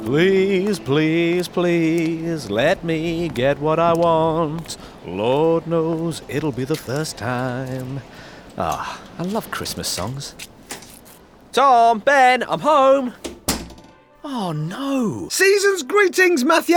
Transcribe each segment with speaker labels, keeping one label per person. Speaker 1: Please, please, please let me get what I want. Lord knows it'll be the first time. Ah, I love Christmas songs. Tom, Ben, I'm home. Oh no.
Speaker 2: Season's greetings, Matthew!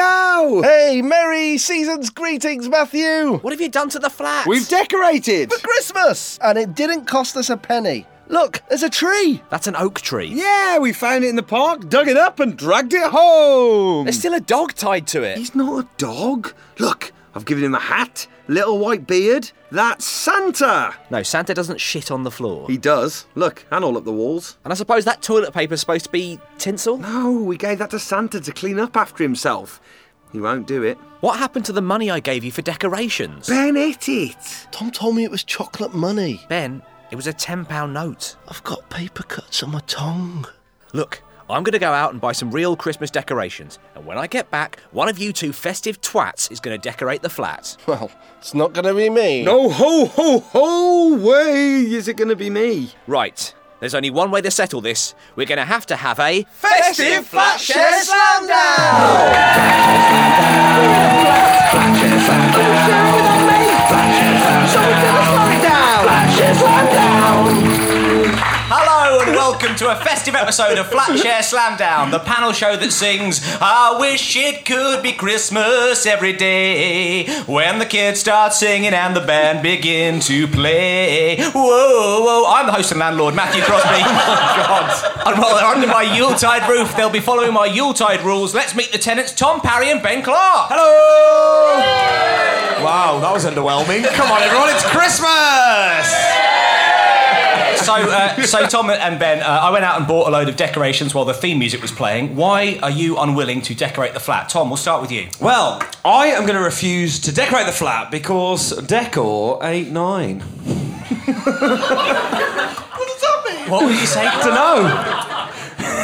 Speaker 3: Hey, merry season's greetings, Matthew!
Speaker 1: What have you done to the flat?
Speaker 2: We've decorated!
Speaker 3: For Christmas! And it didn't cost us a penny. Look, there's a tree!
Speaker 1: That's an oak tree.
Speaker 2: Yeah, we found it in the park, dug it up, and dragged it home!
Speaker 1: There's still a dog tied to it.
Speaker 2: He's not a dog. Look, I've given him a hat, little white beard. That's Santa!
Speaker 1: No, Santa doesn't shit on the floor.
Speaker 2: He does. Look, and all up the walls.
Speaker 1: And I suppose that toilet paper's supposed to be tinsel?
Speaker 2: No, we gave that to Santa to clean up after himself. He won't do it.
Speaker 1: What happened to the money I gave you for decorations?
Speaker 2: Ben ate it!
Speaker 3: Tom told me it was chocolate money.
Speaker 1: Ben, it was a £10 note.
Speaker 3: I've got paper cuts on my tongue.
Speaker 1: Look, I'm going to go out and buy some real Christmas decorations. And when I get back, one of you two festive twats is going to decorate the flat.
Speaker 3: Well, it's not gonna be me.
Speaker 2: No ho ho ho way is it gonna be me?
Speaker 1: Right. There's only one way to settle this. We're going to have to have a
Speaker 4: Festive Flat Share Hello and welcome to a festive episode of Flat Share Slamdown, the panel show that sings, I wish it could be Christmas every day. When the kids start singing and the band begin to play. Whoa, whoa, I'm the host and landlord, Matthew Crosby. God. And while they're under my Yuletide roof, they'll be following my Yuletide rules. Let's meet the tenants, Tom Parry and Ben Clark. Hello! Wow, that was underwhelming. Come on, everyone, it's Christmas! So, uh, so Tom and Ben, uh, I went out and bought a load of decorations while the theme music was playing. Why are you unwilling to decorate the flat? Tom, we'll start with you.
Speaker 5: Well, I am going to refuse to decorate the flat because decor ain't nine. what does that mean?
Speaker 4: What would you say?
Speaker 5: I don't know.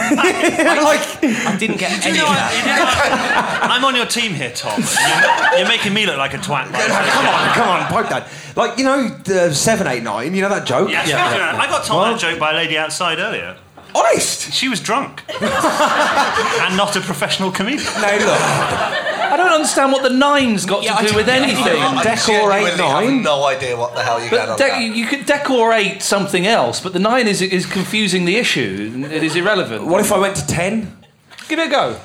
Speaker 5: like,
Speaker 4: I didn't get any of that.
Speaker 6: I'm on your team here, Tom. You're, you're making me look like a twat. by saying
Speaker 5: come
Speaker 6: that.
Speaker 5: on, come on, pipe that. Like, you know, the seven, eight, nine. You know that joke?
Speaker 6: Yeah, speaking of that, I got told that joke by a lady outside earlier.
Speaker 5: Honest.
Speaker 6: She was drunk and not a professional comedian.
Speaker 5: No, look,
Speaker 7: I don't understand what the nine's got
Speaker 4: Yeah, I
Speaker 7: to do
Speaker 4: don't-
Speaker 7: with
Speaker 4: yeah, I
Speaker 7: anything.
Speaker 5: don't-
Speaker 8: Genuinely
Speaker 5: Decorate nine.
Speaker 8: Have no idea what the hell you got
Speaker 7: But
Speaker 8: on
Speaker 7: de-
Speaker 8: that.
Speaker 7: you could decorate something else, but the nine is is confusing the issue. It is irrelevant.
Speaker 5: what if I went to ten?
Speaker 7: Give it a go.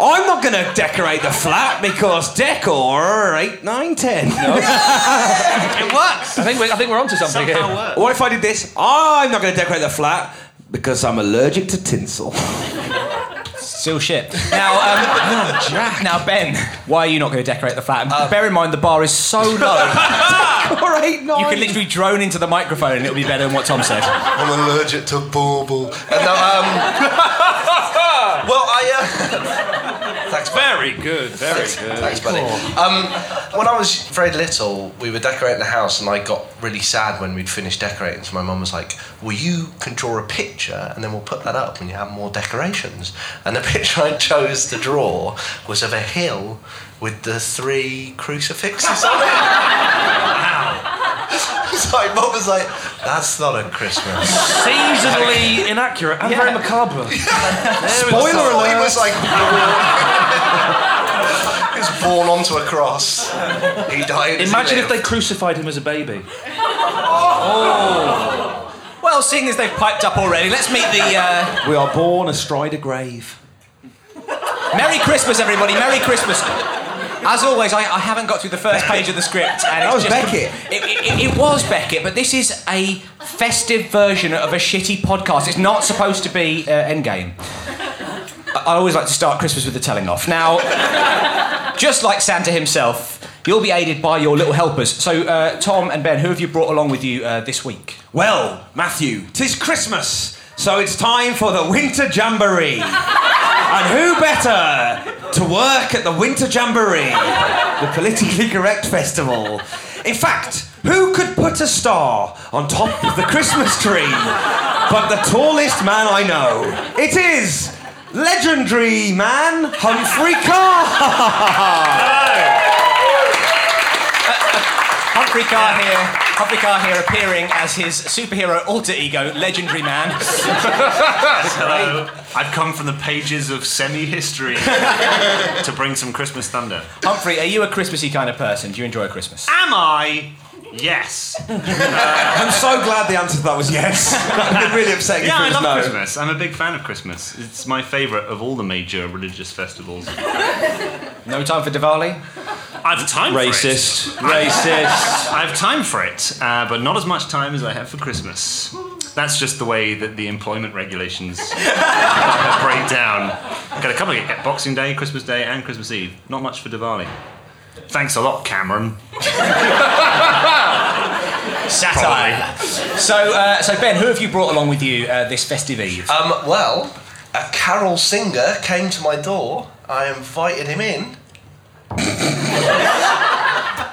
Speaker 5: I'm not going to decorate the flat because decor eight, nine, ten.
Speaker 6: It works.
Speaker 7: I think we're, I think we're onto something
Speaker 6: Somehow
Speaker 7: here.
Speaker 6: works.
Speaker 5: What if I did this? I'm not going to decorate the flat because I'm allergic to tinsel.
Speaker 4: Still shit. Now, um, now Ben, why are you not going to decorate the flat? And bear in mind, the bar is so low,
Speaker 5: Or eight, nine.
Speaker 4: you can literally drone into the microphone and it'll be better than what Tom said.
Speaker 8: I'm allergic to bauble. And no, um, well, I. Uh, thanks, bud.
Speaker 6: Very good. Very good.
Speaker 8: Thanks, buddy. Um, when I was very little, we were decorating the house, and I got really sad when we'd finished decorating. So my mum was like, "Well, you can draw a picture, and then we'll put that up when you have more decorations." And the picture I chose to draw was of a hill with the three crucifixes on it. It's like, mum was like, "That's not a Christmas."
Speaker 7: Seasonally inaccurate and very macabre.
Speaker 8: Spoiler alert! He was like born- he was born onto a cross. He died. as he
Speaker 7: Imagine if
Speaker 8: lived.
Speaker 7: they crucified him as a baby.
Speaker 4: Well, seeing as they've piped up already, let's meet the. Uh,
Speaker 5: We are born astride a grave.
Speaker 4: Merry Christmas, everybody. Merry Christmas. As always, I, I haven't got through the first page of the script. And
Speaker 5: That
Speaker 4: it's
Speaker 5: was
Speaker 4: just-
Speaker 5: Beckett.
Speaker 4: It, it, it was Beckett, but this is a festive version of a shitty podcast. It's not supposed to be uh, Endgame. I, I always like to start Christmas with the telling off. Now, just like Santa himself, you'll be aided by your little helpers. So, uh, Tom and Ben, who have you brought along with you uh, this week?
Speaker 5: Well, Matthew, 'tis Christmas, so it's time for the Winter Jamboree. and who better to work at the Winter Jamboree, the politically correct festival? In fact, who could put a star on top of the Christmas tree but the tallest man I know? It is legendary man Humphrey Carr.
Speaker 4: Humphrey Carr here. Hoppikar here appearing as his superhero alter ego, Legendary Man.
Speaker 6: Hello. I've come from the pages of semi history to bring some Christmas thunder.
Speaker 4: Humphrey, are you a Christmassy kind of person? Do you enjoy Christmas?
Speaker 6: Am I? Yes.
Speaker 5: I'm so glad the answer to that was yes. I've been really upset. if
Speaker 6: Yeah,
Speaker 5: it
Speaker 6: I
Speaker 5: was
Speaker 6: love
Speaker 5: no.
Speaker 6: Christmas. I'm a big fan of Christmas. It's my favourite of all the major religious festivals.
Speaker 4: No time for Diwali?
Speaker 6: I have time
Speaker 7: Racist.
Speaker 6: for it. Racist. I have time for it, uh, but not as much time as I have for Christmas. That's just the way that the employment regulations break down. Got a couple of get Boxing Day, Christmas Day, and Christmas Eve. Not much for Diwali. Thanks a lot, Cameron.
Speaker 4: Satire. So, uh, so Ben, who have you brought along with you uh, this festive eve?
Speaker 8: Um, well, a carol singer came to my door. I invited him in.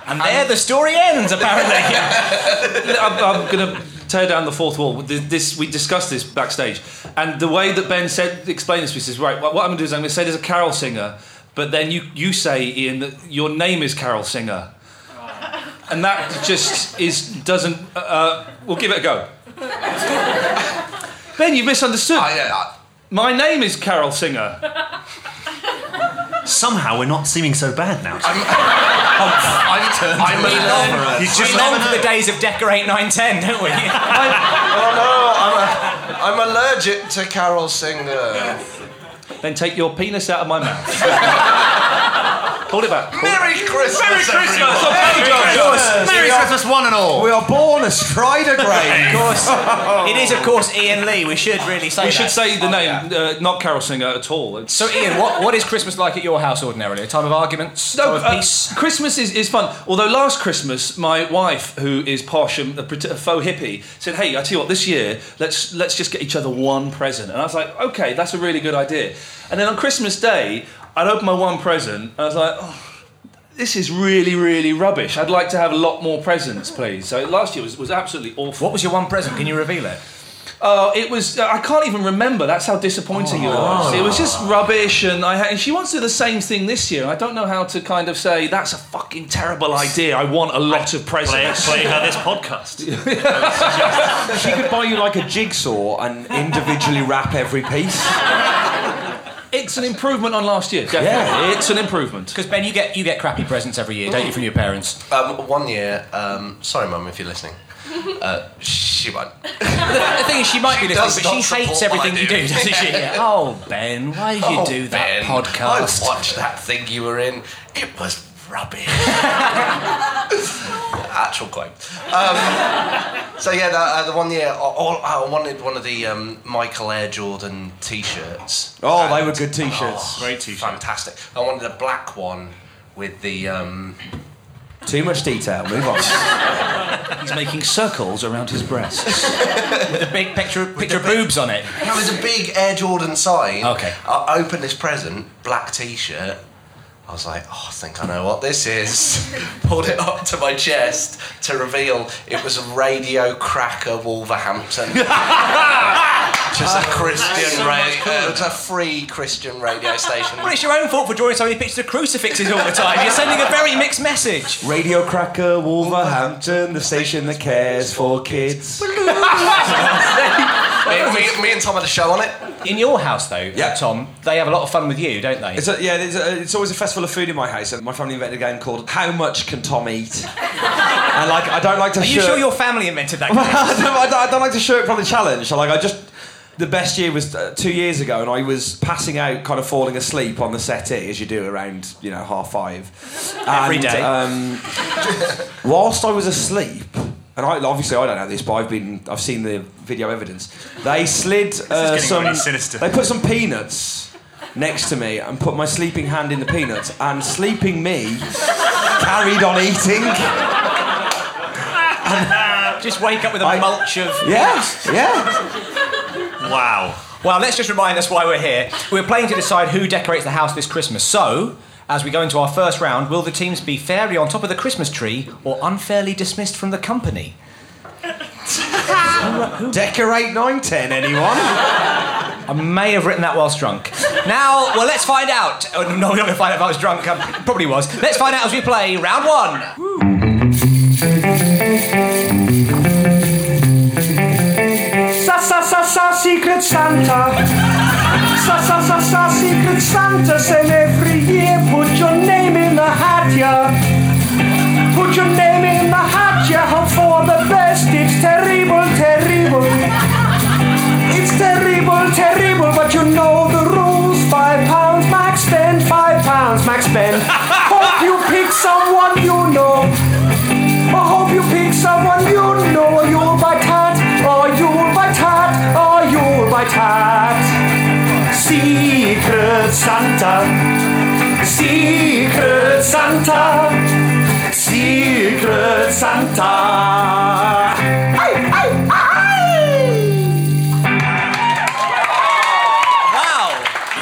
Speaker 4: And there the story ends, apparently.
Speaker 7: I'm, I'm going to tear down the fourth wall. This, this we discussed this backstage, and the way that Ben said explained this, we says right. What what I'm going to do is I'm going to say there's a carol singer, but then you you say Ian that your name is Carol Singer, and that just is doesn't. Uh, we'll give it a go. ben, you misunderstood.
Speaker 8: I, uh, I,
Speaker 7: My name is Carol Singer.
Speaker 6: Somehow we're not seeming so bad now.
Speaker 8: I'm a lover.
Speaker 6: You
Speaker 4: we
Speaker 6: just
Speaker 4: long for the days of Decorate 910, don't we?
Speaker 8: Oh no, I'm, a, I'm allergic to carol singer.
Speaker 7: Then take your penis out of my mouth. Hold it back. Hold it-
Speaker 8: Merry Christmas! Merry
Speaker 5: Christmas! Oh,
Speaker 6: Merry Christmas, one and all.
Speaker 5: We are born astride a grave.
Speaker 4: of course. It is, of course, Ian Lee. We should really say
Speaker 7: We
Speaker 4: that.
Speaker 7: should say
Speaker 5: Oh,
Speaker 7: the name, uh, not Carol Singer at all. It's-
Speaker 4: So, Ian, what, what is Christmas like at your house ordinarily? A time of arguments?
Speaker 7: No,
Speaker 4: time of
Speaker 7: uh,
Speaker 4: peace?
Speaker 7: Christmas is, is fun. Although last Christmas, my wife, who is posh and a, pret- a faux hippie, said, "Hey, I tell you what, this year let's let's just get each other one present." And I was like, "Okay, that's a really good idea." And then on Christmas Day, I'd open my one present. And I was like, oh, "This is really really rubbish. I'd like to have a lot more presents, please." So last year was, was absolutely awful.
Speaker 4: What was your one present? Can you reveal it?
Speaker 7: Oh, it was. I can't even remember. That's how disappointing it was.
Speaker 4: Oh.
Speaker 7: It was just rubbish, and I. ha- And she wants to do the same thing this year. and I don't know how to kind of say that's a fucking terrible idea. I want a lot of
Speaker 6: Play,
Speaker 7: presents.
Speaker 6: play her this podcast.
Speaker 5: She could buy you like a jigsaw and individually wrap every piece.
Speaker 7: It's an improvement on last year. Definitely, it's an improvement.
Speaker 4: Because, Ben, you get, you get crappy presents every year, don't you, from your parents?
Speaker 8: Um, one year, um, sorry, mum, if you're listening. Uh, she won't.
Speaker 4: The thing is, she might be listening,
Speaker 8: does
Speaker 4: but
Speaker 8: not
Speaker 4: she hates
Speaker 8: support
Speaker 4: everything
Speaker 8: what I
Speaker 4: you
Speaker 8: do.
Speaker 4: do, doesn't she? Yeah. Oh, Ben, why did you
Speaker 8: Oh,
Speaker 4: do that
Speaker 8: Ben,
Speaker 4: podcast?
Speaker 8: I watched that thing you were in. It was rubbish. Actual quote. Um, so yeah, the, uh, the one year, I, all, I wanted one of the um, Michael Air Jordan T-shirts.
Speaker 5: Oh, they were good t-shirts.
Speaker 6: Great t-shirt.
Speaker 8: Fantastic. I wanted a black one with the. Um,
Speaker 5: Too much detail. Move on.
Speaker 7: He's making circles around his breasts.
Speaker 4: The big picture, picture of boobs on it.
Speaker 8: it was a big Air Jordan sign.
Speaker 4: Okay.
Speaker 8: I opened this present, black T-shirt. I was like, oh, I think I know what this is. Pulled it up to my chest to reveal it was a Radio Cracker Wolverhampton. Just a Christian radio. it was a free Christian radio station.
Speaker 4: Well, it's your own fault for drawing so many pictures of crucifixes all the time. You're sending a very mixed message.
Speaker 5: Radio Cracker, Wolverhampton, the station that cares for kids.
Speaker 8: me, me- me and Tom had a show on it.
Speaker 4: In your house, though,
Speaker 5: Yeah.
Speaker 4: uh, Tom, they have a lot of fun with you, don't they?
Speaker 5: It's a, yeah, it's, a, it's always a festival of food in my house, and my family invented a game called "How much can Tom eat?" and like, I don't like to.
Speaker 4: Are you sure your family invented that? game?
Speaker 5: I, don't, I, don't, I don't like to shirk from the challenge. So like, I just the best year was uh, two years ago, and I was passing out, kind of falling asleep on the settee as you do around you know half five.
Speaker 4: Every
Speaker 5: And,
Speaker 4: day.
Speaker 5: Um, whilst I was asleep, and I, obviously I don't know this, but I've been I've seen the video evidence. They slid uh,
Speaker 6: getting
Speaker 5: some
Speaker 6: really sinister.
Speaker 5: They put some peanuts. Next to me, and put my sleeping hand in the peanuts, and sleeping me carried on eating.
Speaker 4: Just wake up with a
Speaker 5: I-
Speaker 4: mulch of.
Speaker 5: Yeah, yeah.
Speaker 6: Wow.
Speaker 4: Well, let's just remind us why we're here. We're playing to decide who decorates the house this Christmas. So, as we go into our first round, will the teams be fairly on top of the Christmas tree or unfairly dismissed from the company?
Speaker 5: Decorate 910, anyone?
Speaker 4: I may have written that whilst drunk. Now, well, let's find out. Oh, no, we're not going to find out if I was drunk. Um, probably was. Let's find out as we play round one.
Speaker 9: Sa sa sa sa Secret Santa. Sa sa sa sa Secret Santa. And every year put your name in the hat, yeah. Put your name in the hat, yeah. Hope for the best. It's terrible, terrible. It's terrible, terrible. But you know the rules. Five pounds max spend. Five pounds max spend. Hope you pick someone you know. I hope you pick someone you know. You'll buy tat, or you'll buy tat, or you'll buy tat. Secret Santa, Secret Santa, Secret Santa. Ay, ay, ay!
Speaker 7: Wow.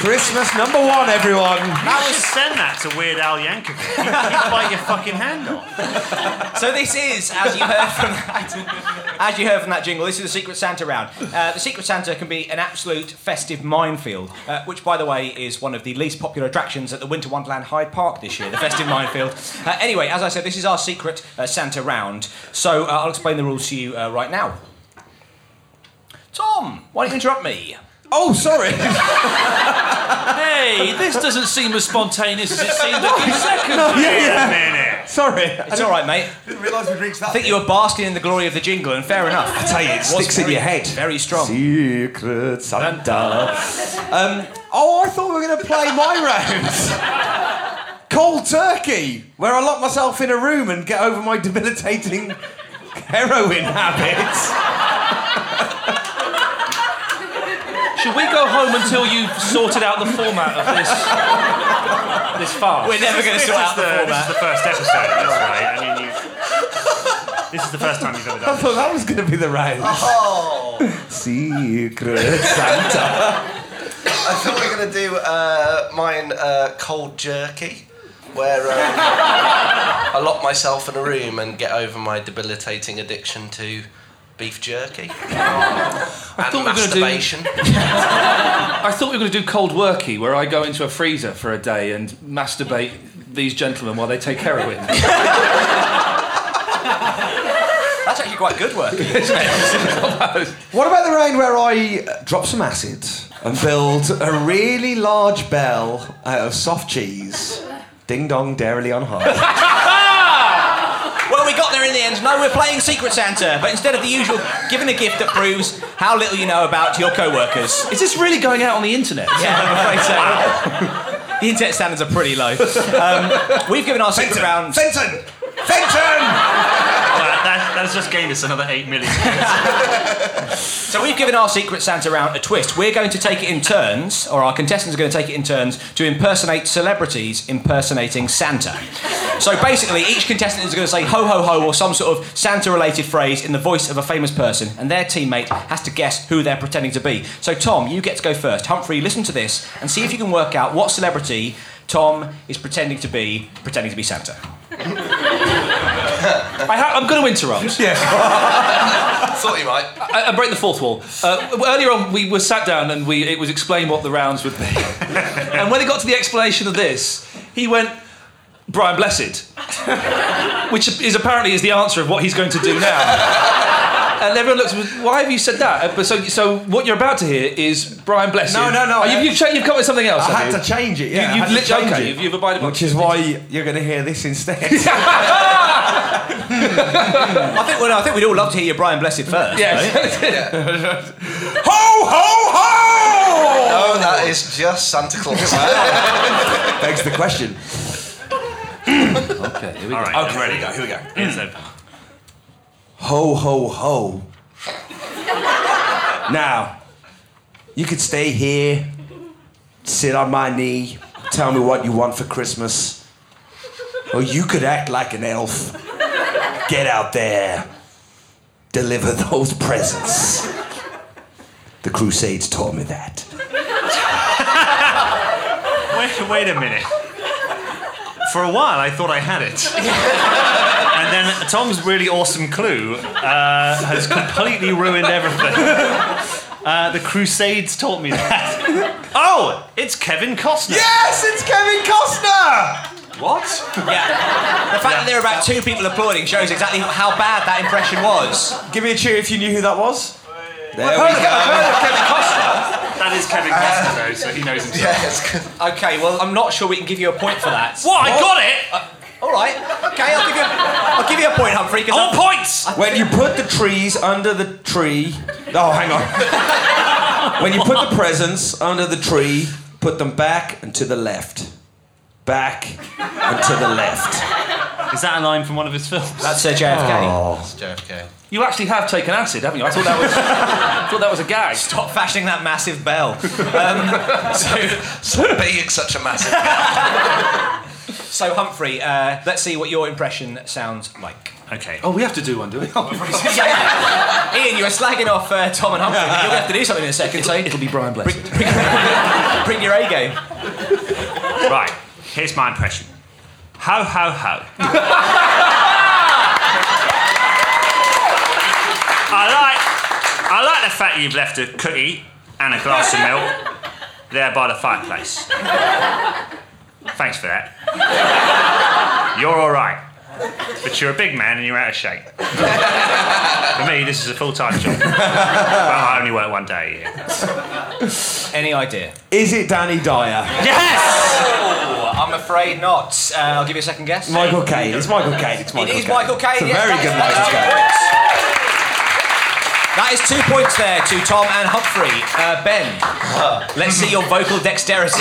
Speaker 5: Christmas number one, everyone.
Speaker 6: You should send that to Weird Al Yankovic. You bite your fucking hand off.
Speaker 4: So this is, as you heard from that, as you heard from that jingle, this is the Secret Santa round. Uh, the Secret Santa can be an absolute festive minefield, uh, which, by the way, is one of the least popular attractions at the Winter Wonderland Hyde Park this year. The festive minefield. Uh, anyway, as I said, this is our Secret uh, Santa round. So uh, I'll explain the rules to you uh, right now. Tom, why don't you interrupt me?
Speaker 5: Oh, sorry.
Speaker 7: Hey, this doesn't seem as spontaneous as it seemed a few seconds ago.
Speaker 6: Minute.
Speaker 5: sorry.
Speaker 4: It's all right, mate.
Speaker 5: didn't realise we'd reached that.
Speaker 4: I think you were basking in the glory of the jingle, and fair enough. I
Speaker 5: tell you, it sticks in your head.
Speaker 4: Very
Speaker 5: Oh.
Speaker 4: strong.
Speaker 5: Secret Santa. um, oh, I thought we were going to play my round. Cold turkey, where I lock myself in a room and get over my debilitating heroin habits.
Speaker 7: Should we go home until you've sorted out the format of this this farce?
Speaker 4: We're never going to
Speaker 6: This
Speaker 4: sort
Speaker 6: is,
Speaker 4: out the
Speaker 6: the, this
Speaker 4: format.
Speaker 6: is the first episode. That's right. I mean, you. This is the first time you've ever
Speaker 5: I
Speaker 6: done.
Speaker 5: thought that was going to be the round. Secret Santa.
Speaker 8: I thought we were going to do uh, mine uh, cold jerky, where um, I lock myself in a room and get over my debilitating addiction to beef jerky and
Speaker 7: we were gonna do-
Speaker 8: masturbation.
Speaker 7: I thought we were going to do cold worky, where I go into a freezer for a day and masturbate these gentlemen while they take heroin.
Speaker 4: That's actually quite good work.
Speaker 5: What about the round where I uh, drop some acid and build a really large bell out of soft cheese? Ding dong, darily on high.
Speaker 4: Well, we got there in the end. No, we're playing Secret Santa, but instead of the usual giving a gift that proves how little you know about your co-workers.
Speaker 7: Is this really going out on the internet?
Speaker 4: Yeah, I'm afraid so. The internet standards are pretty low. Um, we've given our secret round.
Speaker 5: Fenton! Fenton!
Speaker 6: That, that, that's just gained us another eight million.
Speaker 4: So we've given our secret Santa round a twist. We're going to take it in turns, or our contestants are going to take it in turns to impersonate celebrities impersonating Santa. So basically, each contestant is going to say ho ho ho or some sort of Santa-related phrase in the voice of a famous person, and their teammate has to guess who they're pretending to be. So Tom, you get to go first. Humphrey, listen to this and see if you can work out what celebrity Tom is pretending to be, pretending to be Santa.
Speaker 7: I ha- I'm going to interrupt.
Speaker 8: I thought you might.
Speaker 7: I, I uh, break the fourth wall. Uh, w- earlier on, we were sat down and we it was explained what the rounds would be. and when it got to the explanation of this, he went, "Brian Blessed," which is apparently is the answer of what he's going to do now. And everyone looks. Why have you said that? Uh, But so, so what you're about to hear is Brian Blessed.
Speaker 5: No, no, no,
Speaker 7: Oh, you've, you've, cha- you've come up with something else.
Speaker 5: I
Speaker 7: have
Speaker 5: had
Speaker 7: you?
Speaker 5: to change it, yeah.
Speaker 7: You- you've
Speaker 5: I had to
Speaker 7: lit-
Speaker 5: change
Speaker 7: okay,
Speaker 5: it.
Speaker 7: you've- you've abided by-
Speaker 5: Which is why you're going to hear this instead.
Speaker 4: I think, well, no, I think we'd all love to hear your Brian Blessed first.
Speaker 7: Yes.
Speaker 5: ho, ho, ho!
Speaker 8: Oh, that is just Santa Claus.
Speaker 5: Begs the question.
Speaker 7: okay. Here we
Speaker 6: All right. I'm ready.
Speaker 5: Here we go.
Speaker 6: Here's a-
Speaker 5: Ho, ho, ho. now, you could stay here, sit on my knee, tell me what you want for Christmas. Or you could act like an elf. Get out there, deliver those presents. The Crusades taught me that.
Speaker 6: Wait, wait a minute. For a while, I thought I had it. and then Tom's really awesome clue uh, has completely ruined everything. Uh, the Crusades taught me that. Oh, it's Kevin Costner.
Speaker 5: Yes, it's Kevin Costner! What?
Speaker 4: Yeah. The fact that there are about two people applauding shows exactly how bad that impression was.
Speaker 5: Give me a cheer if you knew who that was. There we
Speaker 7: heard of- I've
Speaker 5: go.
Speaker 7: heard of Kevin Costner.
Speaker 6: That is Kevin Costner, though, so he knows himself.
Speaker 4: Okay, well, I'm not sure we can give you a point for that.
Speaker 6: What? I got it!
Speaker 4: All right. Okay, I'll give you. I'll give you a point, Humphrey. Cause
Speaker 7: Oh,
Speaker 6: I
Speaker 4: I'm-
Speaker 6: want points!
Speaker 5: When you put the trees under the tree. Oh, hang on. when you put the presents under the tree, put them back and to the left. Back and to the left.
Speaker 6: Is that a line from one of his films?
Speaker 4: That's Sir JFK.
Speaker 8: It's JFK.
Speaker 7: You actually have taken acid, haven't you? I thought that was, I thought that was a gag.
Speaker 4: Stop fashioning that massive bell. Um, so,
Speaker 8: Stop being such a massive.
Speaker 4: so Humphrey, uh, let's see what your impression sounds like.
Speaker 6: Okay.
Speaker 7: Oh, we have to do one, do we?
Speaker 4: Ian, you were slagging off uh, Tom and Humphrey. but You're going to have to do something in a second, so it'll be Brian Blessed. Bring, bring- bring your A game.
Speaker 6: Right, here's my impression. Ho, ho, ho. I like, I like the fact you've left a cookie and a glass of milk there by the fireplace. Thanks for that. You're all right, but you're a big man and you're out of shape. For me, this is a full-time job. But I only work one day a year.
Speaker 4: Any idea? Oh,
Speaker 5: Is it Danny Dyer?
Speaker 6: Yes!
Speaker 4: I'm afraid not. Uh, I'll give you a second guess.
Speaker 5: Michael Caine. It's Michael Caine. It's
Speaker 4: it
Speaker 5: Michael
Speaker 4: is Michael Caine.
Speaker 5: It's a
Speaker 4: yes,
Speaker 5: very
Speaker 4: that
Speaker 5: good
Speaker 4: is-
Speaker 5: Michael
Speaker 4: that is points. That
Speaker 5: Caine.
Speaker 4: is two points there to Tom and Humphrey. Uh, ben, let's see your vocal dexterity.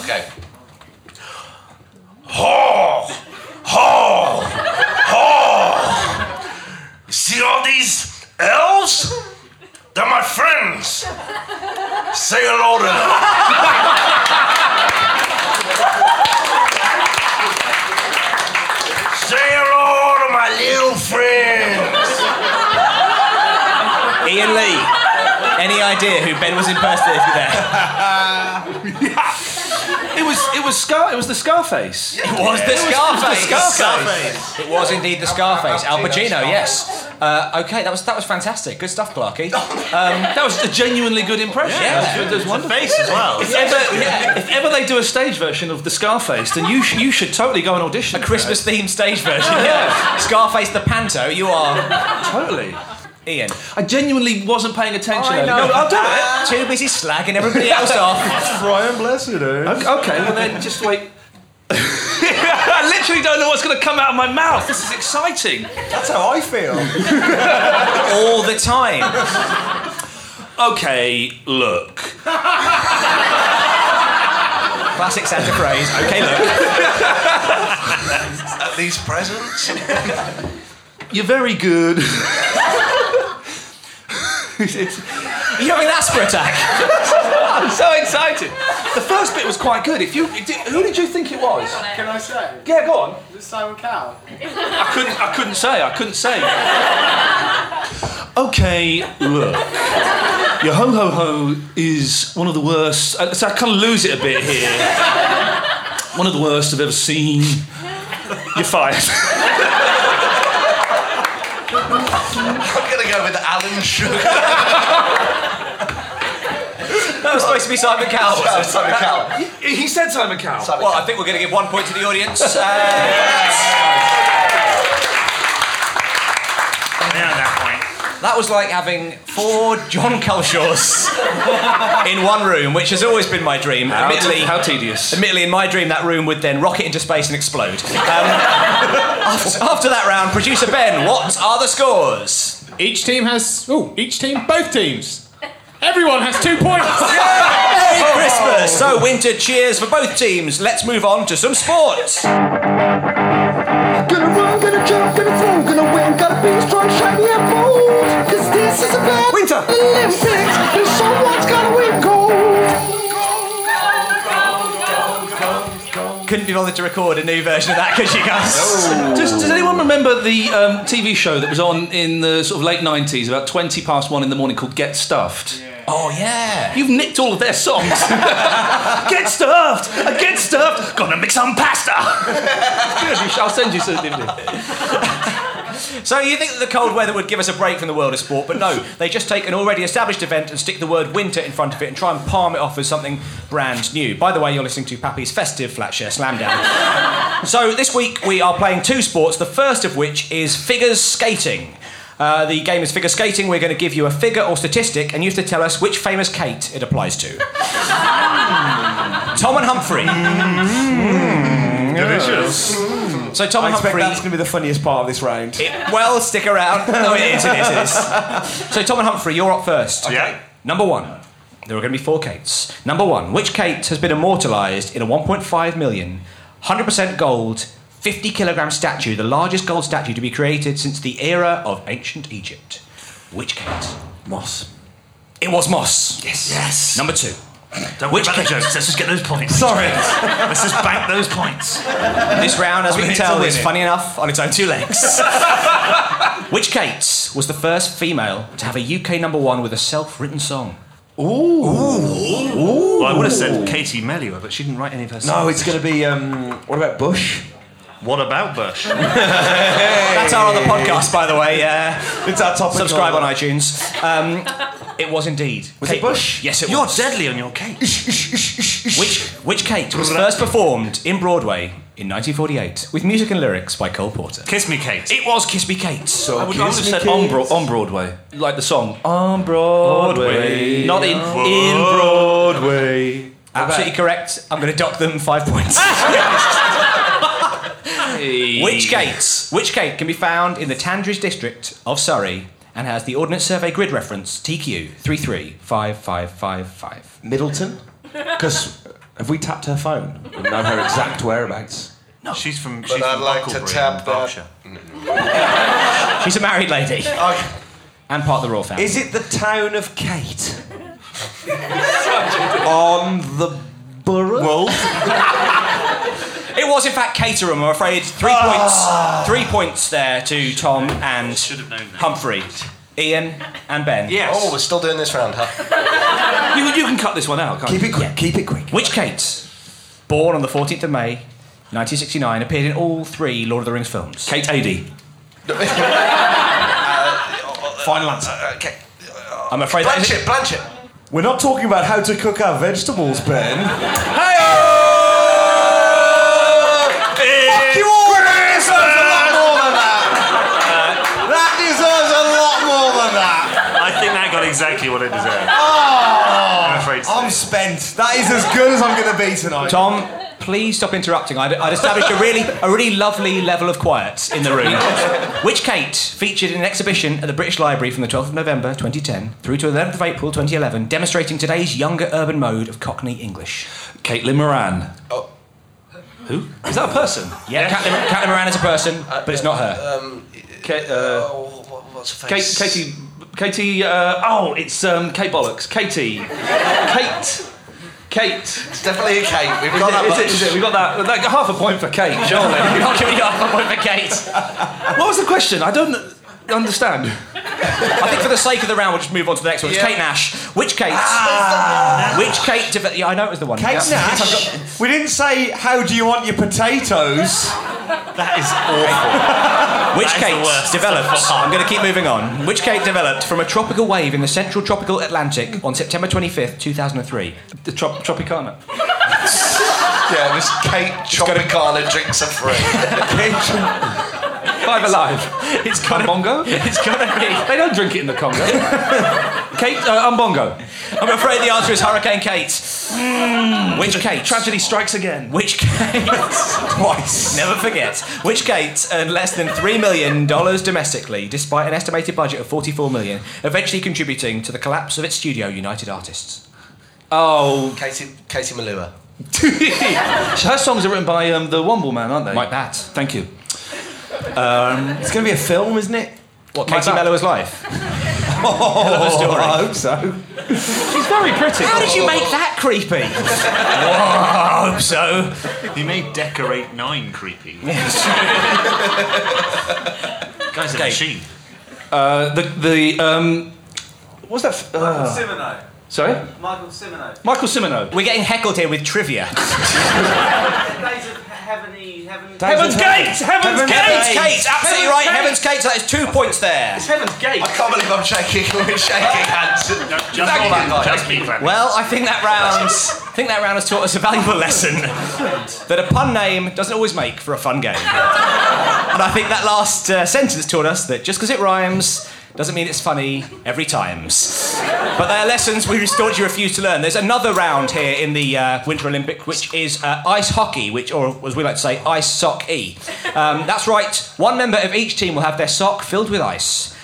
Speaker 8: Okay.
Speaker 6: Ho! Ho! Ho! You see all these elves? They're my friends. Say hello to them. Say hello to my little friend.
Speaker 4: Ian Lee, any idea who Ben was impersonating there?
Speaker 7: It was it was Scar it was the Scarface.
Speaker 4: It was the Scarface.
Speaker 7: It was the Scarface.
Speaker 4: It was indeed the Scarface. Al
Speaker 8: Al
Speaker 4: Pacino,
Speaker 8: Pacino,
Speaker 4: yes. Uh, okay, that was that was fantastic. Good stuff, Clarky.
Speaker 7: That was a genuinely good impression.
Speaker 4: Yeah.
Speaker 7: That was- that was wonderful.
Speaker 6: Face as well.
Speaker 7: If ever, if ever they do a stage version of the Scarface, then you sh- you should totally go and audition.
Speaker 4: A Christmas themed stage version. Yeah. Scarface the Panto. You are
Speaker 7: Totally.
Speaker 4: Ian.
Speaker 7: I genuinely wasn't paying attention.
Speaker 4: I
Speaker 7: earlier.
Speaker 4: know.
Speaker 7: No, I'll do it.
Speaker 4: Ah, Too busy slagging everybody else off.
Speaker 5: Brian Bless you, dude.
Speaker 7: Okay, okay, well then just wait. I literally don't know what's going to come out of my mouth. This is exciting.
Speaker 5: That's how I feel.
Speaker 4: All the time.
Speaker 7: Okay, look.
Speaker 4: Classic Santa phrase. Okay, look.
Speaker 8: At these presents.
Speaker 7: You're very good.
Speaker 4: You're having an asthma attack.
Speaker 7: I'm so excited. The first bit was quite good. If you, did, who did you think it was?
Speaker 10: Can I say?
Speaker 7: Yeah, go on.
Speaker 10: Is it Simon Cowell?
Speaker 7: I couldn't. I couldn't say. I couldn't say. okay, look. Your ho ho ho is one of the worst. uh, So I kind of lose it a bit here. One of the worst I've ever seen. You're fired.
Speaker 8: I'm gonna go with Alan Sugar.
Speaker 4: That was supposed to be Simon Cowell. wasn't it?
Speaker 8: Simon Cowell.
Speaker 7: he said Simon Cowell.
Speaker 4: Well, I think we're going to give one point to the audience. Uh,
Speaker 6: Now that point.
Speaker 4: That was like having four John Culshaws in one room, which has always been my dream. admittedly,
Speaker 7: How tedious.
Speaker 4: admittedly, in my dream, that room would then rocket into space and explode. Um, after, after that round, producer Ben, what are the scores?
Speaker 9: Each team has. Oh, each team, both teams. Everyone has two points.
Speaker 4: Merry Christmas! So, winter cheers for both teams. Let's move on to some sports.
Speaker 11: Gonna run, gonna jump, gonna throw, gonna win, gotta be strong, shiny and bold. Cause this is a bad
Speaker 5: Winter.
Speaker 11: Olympics, and someone's gotta win gold.
Speaker 4: Couldn't be bothered to record a new version of that, could you guys?
Speaker 7: Does, does anyone remember the um, TV show that was on in the sort of late 90s, about 20 past one in the morning, called Get Stuffed?
Speaker 4: Oh, yeah.
Speaker 7: You've nicked all of their songs. get stuffed! I Get stuffed! Gonna make some pasta! I'll send you some.
Speaker 4: So you think that the cold weather would give us a break from the world of sport, but no, they just take an already established event and stick the word winter in front of it and try and palm it off as something brand new. By the way, you're listening to Pappy's festive Flatshare Slamdown. so this week we are playing two sports, the first of which is figures skating. Uh, the game is figure skating. We're going to give you a figure or statistic, and you have to tell us which famous Kate it applies to. Tom and Humphrey.
Speaker 6: Delicious.
Speaker 4: So Tom
Speaker 5: I
Speaker 4: and
Speaker 5: expect
Speaker 4: Humphrey.
Speaker 5: that's going to be the funniest part of this round.
Speaker 4: It- well, stick around. No, Oh, it is, it is, it is. So, Tom and Humphrey, you're up first.
Speaker 6: Yeah.
Speaker 4: Number one. There are going to be four Kates. Number one. Which Kate has been immortalised in a 1.5 million, 100% gold, 50 kilogram statue, the largest gold statue to be created since the era of ancient Egypt? Which Kate?
Speaker 5: Moss.
Speaker 4: It was Moss.
Speaker 6: Yes. Yes.
Speaker 4: Number two.
Speaker 6: Don't worry
Speaker 4: Which
Speaker 6: about the
Speaker 4: case-
Speaker 6: jokes. Let's just get those points.
Speaker 5: Sorry.
Speaker 6: Let's just bank those points.
Speaker 4: This round, as we can
Speaker 5: It's a
Speaker 4: tell, is
Speaker 5: winner.
Speaker 4: funny enough on its own two legs. Which Kate was the first female to have a UK number one with a self written song?
Speaker 6: Well, I would have said Katie Melua, but she didn't write any of her songs.
Speaker 5: No, it's going to be. Um, what about Bush?
Speaker 6: What about Bush?
Speaker 4: That's our other podcast, by the way. Uh,
Speaker 5: It's our topic.
Speaker 4: subscribe on iTunes. Um, it was indeed.
Speaker 5: Was it Bush?
Speaker 4: Yes, it
Speaker 6: You're
Speaker 4: was.
Speaker 6: deadly on your cake.
Speaker 4: Which, which Kate was first performed in Broadway in 1948 with music and lyrics by Cole Porter?
Speaker 6: Kiss me, Kate.
Speaker 4: It was Kiss Me Kate. So
Speaker 7: I would, I would have said on, Bro- on Broadway, like the song on Broadway, not in in Broadway.
Speaker 4: Absolutely correct. I'm going to dock them five points. Which gates? Which gate can be found in the Tandridge district of Surrey and has the Ordnance Survey grid reference TQ three three five five five five?
Speaker 5: Middleton? Because have we tapped her phone? We know her exact whereabouts.
Speaker 6: She's from. She's
Speaker 8: I'd
Speaker 6: from
Speaker 8: like to
Speaker 6: Bucklebury
Speaker 8: tap
Speaker 6: in
Speaker 8: that-
Speaker 6: Berkshire.
Speaker 4: She's a married lady
Speaker 8: I,
Speaker 4: and part of the royal family.
Speaker 5: Is it the town of Kate? on the borough?
Speaker 4: It was in fact Caterham. I'm afraid three
Speaker 5: Ah.
Speaker 4: points. Three points there to Tom and
Speaker 6: Should have known that.
Speaker 4: Humphrey, Ian and Ben. Oh.
Speaker 6: Yes.
Speaker 8: oh, we're still doing this round, huh?
Speaker 7: You, you can cut this one out, can't
Speaker 5: Keep
Speaker 7: you?
Speaker 5: it quick, keep it quick.
Speaker 4: Which Kate, born on the 14th of May, 1969, appeared in all three Lord of the Rings films?
Speaker 7: Kate AD.
Speaker 5: Uh, Final answer.
Speaker 8: Okay.
Speaker 4: I'm afraid that is
Speaker 8: Blanchett, Blanchett.
Speaker 5: We're not talking about how to cook our vegetables, Ben. hey Fuck you all! That deserves a lot more than that! That deserves a lot more than that!
Speaker 6: I think that got exactly what it deserved. I'm afraid. So.
Speaker 5: Oh, I'm spent. That is as good as I'm gonna be tonight.
Speaker 4: Tom, please stop interrupting. I'd, I'd established a really, a really lovely level of quiet in the room. Which Kate featured in an exhibition at the British Library from the 12th of November 2010 through to 11th of April 2011, demonstrating today's younger urban mode of Cockney English.
Speaker 7: Caitlin Moran. Who? Is that a person?
Speaker 4: Yeah, Catelyn, Catelyn Moran is a person, but it's not her.
Speaker 7: Kate, uh,
Speaker 8: Oh, what, what's her
Speaker 7: Kate,
Speaker 8: face?
Speaker 7: Katie, Katie. Uh, oh, it's um, Kate Bollocks. Katie, Kate, Kate.
Speaker 8: It's definitely a Kate. We've got that
Speaker 7: Is
Speaker 8: much.
Speaker 7: it, is it? We got that, that. Half a point for Kate. Surely.
Speaker 4: You're not giving up a point for Kate.
Speaker 7: what was the question? I don't understand.
Speaker 4: I think for the sake of the round, we'll just move on to the next one. It's Kate Nash. Which Kate?
Speaker 7: Ah.
Speaker 4: Which Kate? Deve- yeah, I know it was the one.
Speaker 5: Kate
Speaker 4: Yeah.
Speaker 5: Nash. We didn't say how do you want your potatoes.
Speaker 6: That is awful.
Speaker 4: Which
Speaker 6: That is the
Speaker 4: Kate
Speaker 6: worst.
Speaker 4: developed? I'm going to keep moving on. Which Kate developed from a tropical wave in the central tropical Atlantic on September 25th, 2003?
Speaker 7: The trop- Tropicana.
Speaker 8: Yeah, it was Kate Tropicana drinks are free.
Speaker 7: Five Alive. It's got Umbongo.
Speaker 4: It's got to be.
Speaker 7: They don't drink it in the Congo. Kate uh, Umbongo.
Speaker 4: I'm afraid the answer is Hurricane Kate. Hmm, Which Kate?
Speaker 7: Tragedy strikes again.
Speaker 4: Which Kate? Twice. Never forget. Which Kate earned less than $3 million domestically, despite an estimated budget of $44 million, eventually contributing to the collapse of its studio, United Artists?
Speaker 7: Oh,
Speaker 8: Katie, Katie Malua.
Speaker 7: her songs are written by um, the Womble Man, aren't they?
Speaker 4: Mike Bat.
Speaker 7: Thank you.
Speaker 5: It's gonna be a film, isn't it?
Speaker 4: What, Katie
Speaker 7: Bat.
Speaker 4: Mellower's life?
Speaker 5: Oh, I hope so.
Speaker 7: She's very pretty.
Speaker 4: How did you make that creepy?
Speaker 6: I hope so. You may decorate nine creepy. Guys, a machine.
Speaker 7: Uh, the the um, what's that? F- uh,
Speaker 10: Simono.
Speaker 7: sorry,
Speaker 10: Michael Simono.
Speaker 7: Michael Simoneau.
Speaker 4: We're getting heckled here with trivia.
Speaker 10: Days of Hell. heavenly, heaven.
Speaker 4: Heaven's Gates! Heaven's Gates! Heaven's Gates! Absolutely right, Heaven's Gates. That is two points there.
Speaker 8: It's Heaven's Gate. I can't believe I'm shaking, shaking hands. Just
Speaker 4: all that, Well, I think that rounds. I think that round has taught us a valuable lesson that a pun name doesn't always make for a fun game. and I think that last uh, sentence taught us that just because it rhymes doesn't mean it's funny every times. but they are lessons we staunchly refuse to learn. There's another round here in the uh, Winter Olympic, which is uh, ice hockey, which, or as we like to say, ice sock e. Um, that's right. One member of each team will have their sock filled with ice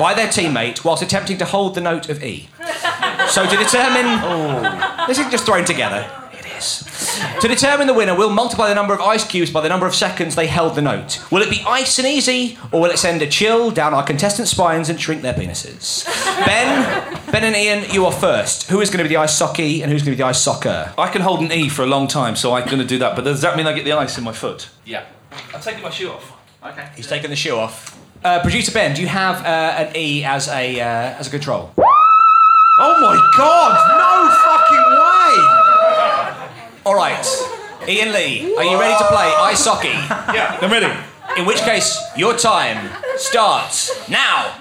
Speaker 4: by their teammate whilst attempting to hold the note of e. So to determine, this is just thrown together. It is. To determine the winner, we'll multiply the number of ice cubes by the number of seconds they held the note. Will it be ice and easy, or will it send a chill down our contestants' spines and shrink their penises? ben, Ben and Ian, you are first. Who is going to be the ice socky and who's going to be the ice soccer?
Speaker 7: I can hold an E for a long time, so I'm going to do that. But does that mean I get the ice in my foot?
Speaker 4: Yeah.
Speaker 7: I'm taking my shoe off. Okay.
Speaker 4: He's taking the shoe off. Uh, Producer Ben, do you have uh, an E as a uh, as a control?
Speaker 5: Oh my god!
Speaker 4: No fucking way! All right, Ian Lee, are you ready to play ice hockey?
Speaker 5: Yeah, I'm ready.
Speaker 4: In which case, your time starts now.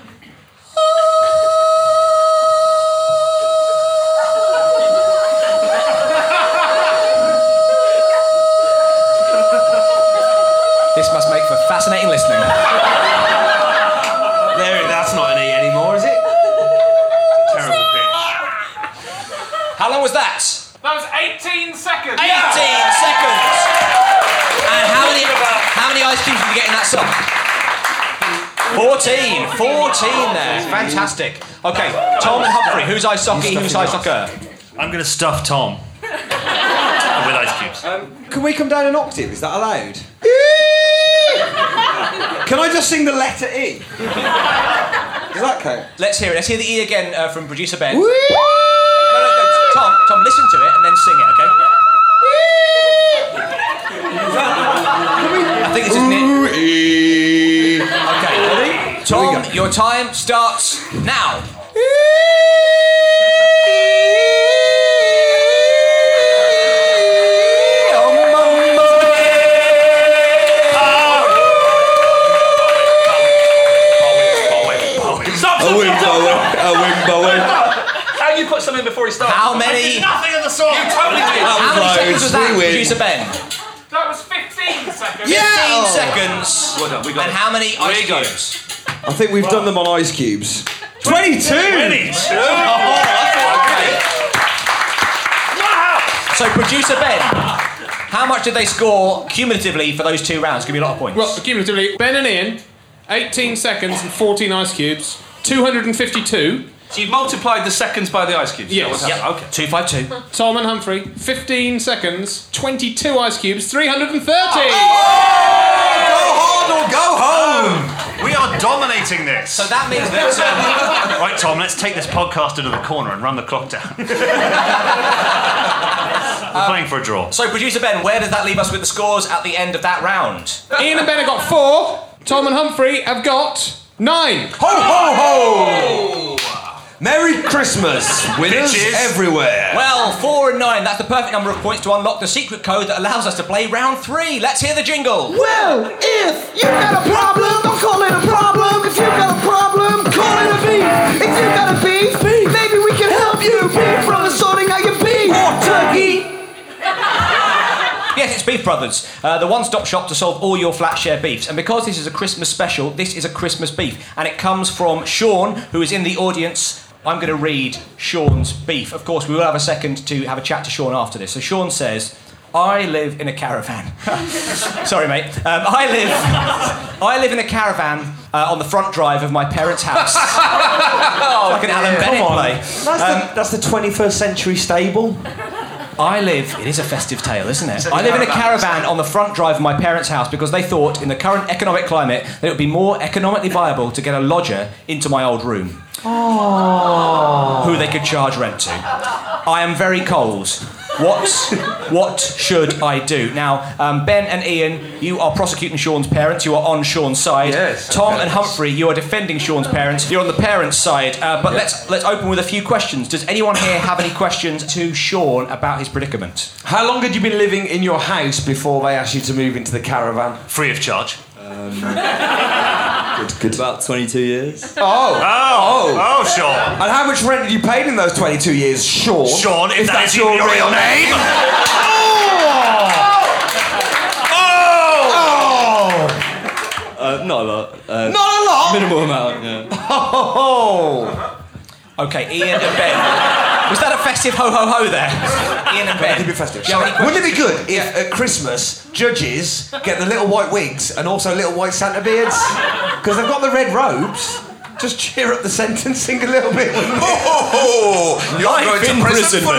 Speaker 4: This must make for fascinating listening.
Speaker 5: There, that's not an E anymore, is it? Terrible pitch.
Speaker 4: How long was that?
Speaker 10: That was 18 seconds.
Speaker 4: 18 seconds. And how many, how many ice cubes did you get in that sock? 14. 14 there. Fantastic. Okay, Tom and Humphrey, who's ice socky, who's ice soccer?
Speaker 6: I'm going to stuff Tom with ice cubes.
Speaker 5: Um, Can we come down an octave? Is that allowed? Can I just sing the letter E? Does that count?
Speaker 4: Let's hear it. Let's hear the E again uh, from producer Ben. No, no, no, Tom, Tom, listen to it and then sing it, okay? I think this is near. Okay, Tom, your time starts now.
Speaker 7: Stop! stop, stop, stop. How you put something before he starts?
Speaker 4: How many?
Speaker 6: Nothing of the sort.
Speaker 7: You totally did.
Speaker 4: How many seconds was that,
Speaker 5: We win.
Speaker 4: producer Ben?
Speaker 10: That was 15 seconds.
Speaker 4: 15 seconds.
Speaker 7: Well done, we got
Speaker 4: And
Speaker 7: it.
Speaker 4: how many ice
Speaker 7: got
Speaker 4: cubes?
Speaker 5: I think we've done them on ice cubes. 22!
Speaker 4: So, producer Ben, how much did they score cumulatively for those two rounds? Give me a lot of points.
Speaker 9: Well, cumulatively, Ben and Ian, 18 seconds and 14 ice cubes, 252.
Speaker 7: So you've multiplied the seconds by the ice cubes.
Speaker 9: Yes.
Speaker 7: Is that what's
Speaker 4: Yep.
Speaker 7: happened?
Speaker 4: Two five two.
Speaker 9: Tom and Humphrey, 15 seconds, 22 ice cubes, 330.
Speaker 6: We are dominating this.
Speaker 4: So that means that
Speaker 6: right, Tom, let's take this podcast into the corner and run the clock down. We're playing for a draw.
Speaker 4: So, producer Ben, where does that leave us with the scores at the end of that round?
Speaker 9: Ian and Ben have got four. Tom and Humphrey have got nine.
Speaker 5: Ho, ho, ho! Merry Christmas, winners
Speaker 6: Bitches.
Speaker 5: everywhere.
Speaker 4: Well, four and nine, that's the perfect number of points to unlock the secret code that allows us to play round three. Let's hear the jingle.
Speaker 12: Well, if you've got a problem, don't call it a problem. If you've got a problem, call it a beef. If you've got a beef, maybe we can help you. Beef from the sorting I can beef. Turkey.
Speaker 4: Yes, it's Beef Brothers, uh, the one stop shop to solve all your flat share beefs. And because this is a Christmas special, this is a Christmas beef. And it comes from Sean, who is in the audience. I'm going to read Sean's beef. Of course, we will have a second to have a chat to Sean after this. So Sean says, I live in a caravan. Sorry, mate. Um, I live, I live in a caravan uh, on the front drive of my parents' house.
Speaker 5: Oh,
Speaker 4: like an Alan Bennett play. Um,
Speaker 5: That's the 21st century stable.
Speaker 4: I live. It is a festive tale, isn't it? I live in a caravan on the front drive of my parents' house because they thought, in the current economic climate, that it would be more economically viable to get a lodger into my old room. Who they could charge rent to. I am very cold. What, what should I do? Now, um, Ben and Ian, you are prosecuting Sean's parents. You are on Sean's side. Yes. Tom and Humphrey, you are defending Sean's parents. You're on the parents' side. Uh, but let's let's open with a few questions. Does anyone here have any questions to Sean about his predicament?
Speaker 5: How long had you been living in your house before they asked you to move into the caravan? Free of charge.
Speaker 4: Um,
Speaker 5: good, good. About 22 years. Oh.
Speaker 6: Oh.
Speaker 5: Oh.
Speaker 6: Oh, Sean.
Speaker 5: And how much rent did you pay in those 22 years, Sean?
Speaker 6: Sean, if that
Speaker 5: that's
Speaker 6: is even your real name.
Speaker 5: Oh! Oh!
Speaker 4: Uh, not a lot. Uh,
Speaker 5: Not a lot?
Speaker 4: Minimal amount. Yeah.
Speaker 5: Oh!
Speaker 4: Okay, Ian and Ben. Was that a festive ho ho ho there? Ian and Ben.
Speaker 5: It'd be festive.
Speaker 4: Do you have any
Speaker 5: Wouldn't it be good if at Christmas judges get the little white wigs and also little white Santa beards? Because they've got the red robes. Just cheer up the sentencing a little bit. Oh,
Speaker 8: you're going to prison for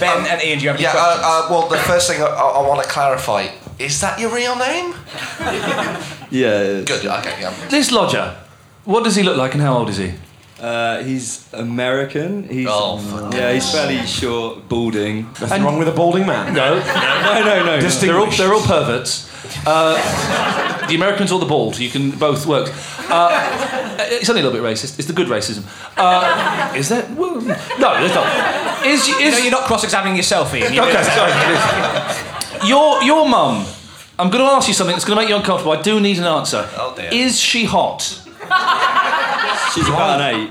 Speaker 4: Ben and Ian, do you have any
Speaker 8: yeah,
Speaker 4: questions?
Speaker 8: Uh, uh, well, the first thing I, I, want to clarify is that your real name?
Speaker 13: Yeah.
Speaker 8: Good. Okay. Yeah.
Speaker 7: This lodger, what does he look like and how old is he?
Speaker 13: Uh, he's American. He's
Speaker 5: mm,
Speaker 8: oh,
Speaker 13: yeah, he's fairly short, balding.
Speaker 5: Nothing wrong with a balding man.
Speaker 7: No,
Speaker 13: no, no, no.
Speaker 7: They're all, they're all perverts. Uh, the Americans or the bald, you can both work. Uh, it's only a little bit racist. It's the good racism. Uh, is that? Well, no, it's not. Is, is,
Speaker 4: no, you're not cross-examining yourself, Ian. You
Speaker 7: okay,
Speaker 4: do-
Speaker 7: sorry. your your mum. I'm going to ask you something that's going to make you uncomfortable. I do need an answer.
Speaker 13: Oh, dear.
Speaker 7: Is she hot?
Speaker 13: She's about an eight.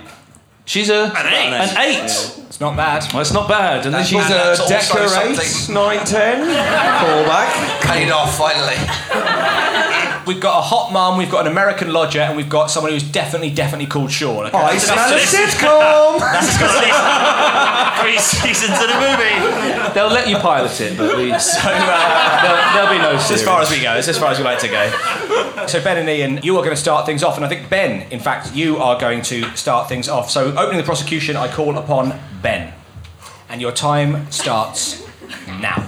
Speaker 7: She's a an
Speaker 13: eight.
Speaker 7: An eight.
Speaker 4: It's not bad.
Speaker 7: Well, it's not bad. And then
Speaker 8: That's
Speaker 7: she's
Speaker 8: not
Speaker 7: a
Speaker 8: bad. That's also
Speaker 7: decorate.
Speaker 8: something.
Speaker 5: Nine ten. Callback.
Speaker 8: Paid off finally.
Speaker 4: We've got a hot mum, we've got an American lodger, and we've got someone who's definitely, definitely called Sean. Okay,
Speaker 5: I
Speaker 4: that's
Speaker 5: smell a
Speaker 4: enough to this.
Speaker 5: sitcom.
Speaker 4: That's enough to this.
Speaker 6: Three seasons in a movie.
Speaker 7: They'll let you pilot it, but we,
Speaker 4: So, uh,
Speaker 7: there'll, there'll be no.
Speaker 4: it's as
Speaker 7: Serious.
Speaker 4: far as we go, it's as far as we like to go. So, Ben and Ian, you are going to start things off, and I think, Ben, in fact, you are going to start things off. So, opening the prosecution, I call upon Ben. And your time starts now.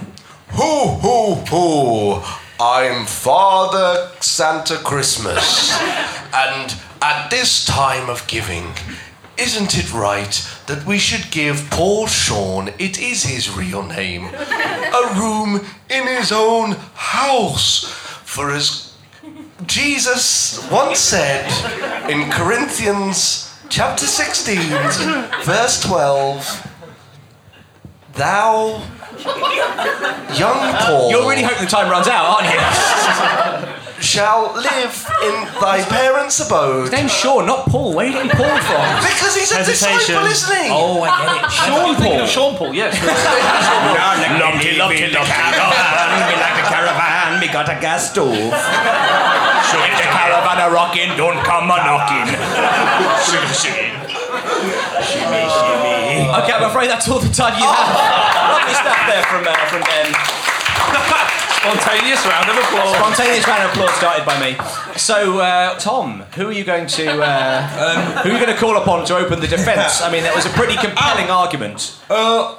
Speaker 8: Hoo hoo hoo! I'm Father Santa Christmas, and at this time of giving, isn't it right that we should give poor Sean, it is his real name, a room in his own house? For as Jesus once said in Corinthians chapter 16, verse 12, Thou, young
Speaker 5: Uh,
Speaker 8: Paul,
Speaker 4: You're really hoping the time runs out, aren't you?
Speaker 8: shall live in thy parents' abode.
Speaker 4: Name's Sean, not Paul. Where are you getting Paul from?
Speaker 8: Because he's a
Speaker 6: Hesitation.
Speaker 8: disciple, isn't he?
Speaker 4: Oh, I get it.
Speaker 7: Sean Paul. Sean Paul. Yes.
Speaker 6: Lumpty, lumpty, lumpty.
Speaker 4: caravan, we like the caravan, we got a gas stove. if the caravan are rocking, don't come a knocking. Okay,
Speaker 7: Um,
Speaker 4: I'm afraid that's all the time you have. Lovely stuff there from, uh, from Ben.
Speaker 7: Spontaneous round of applause.
Speaker 4: Spontaneous round of applause started by me. So, uh, Tom, who are you going to
Speaker 7: Um,
Speaker 4: uh, who are you going to call upon to open the defence? I mean, that was a pretty compelling argument.
Speaker 5: Uh,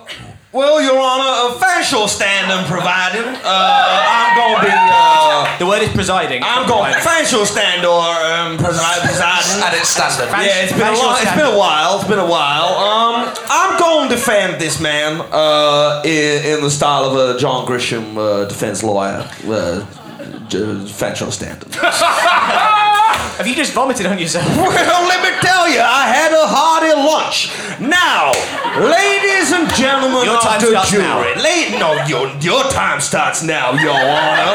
Speaker 5: well, Your Honour, a facial stand and provided. Uh, I'm gonna be. Uh,
Speaker 4: The word is presiding.
Speaker 5: I'm going facial stand or um, presi- presiding.
Speaker 8: At its standard.
Speaker 5: Yeah, it's been a
Speaker 4: Facial
Speaker 5: while. It's
Speaker 4: stand.
Speaker 5: been a while. It's been a while. Um, I'm going to defend this man uh, in, in the style of a John Grisham uh, defense lawyer. Uh, j- facial stand.
Speaker 4: Have you just vomited on yourself?
Speaker 5: Well, let me tell you, I had a hearty lunch. Now, ladies and gentlemen
Speaker 4: Your
Speaker 5: of
Speaker 4: time
Speaker 5: the
Speaker 4: starts
Speaker 5: jury,
Speaker 4: now.
Speaker 5: late no, your your time starts now, Your Honor.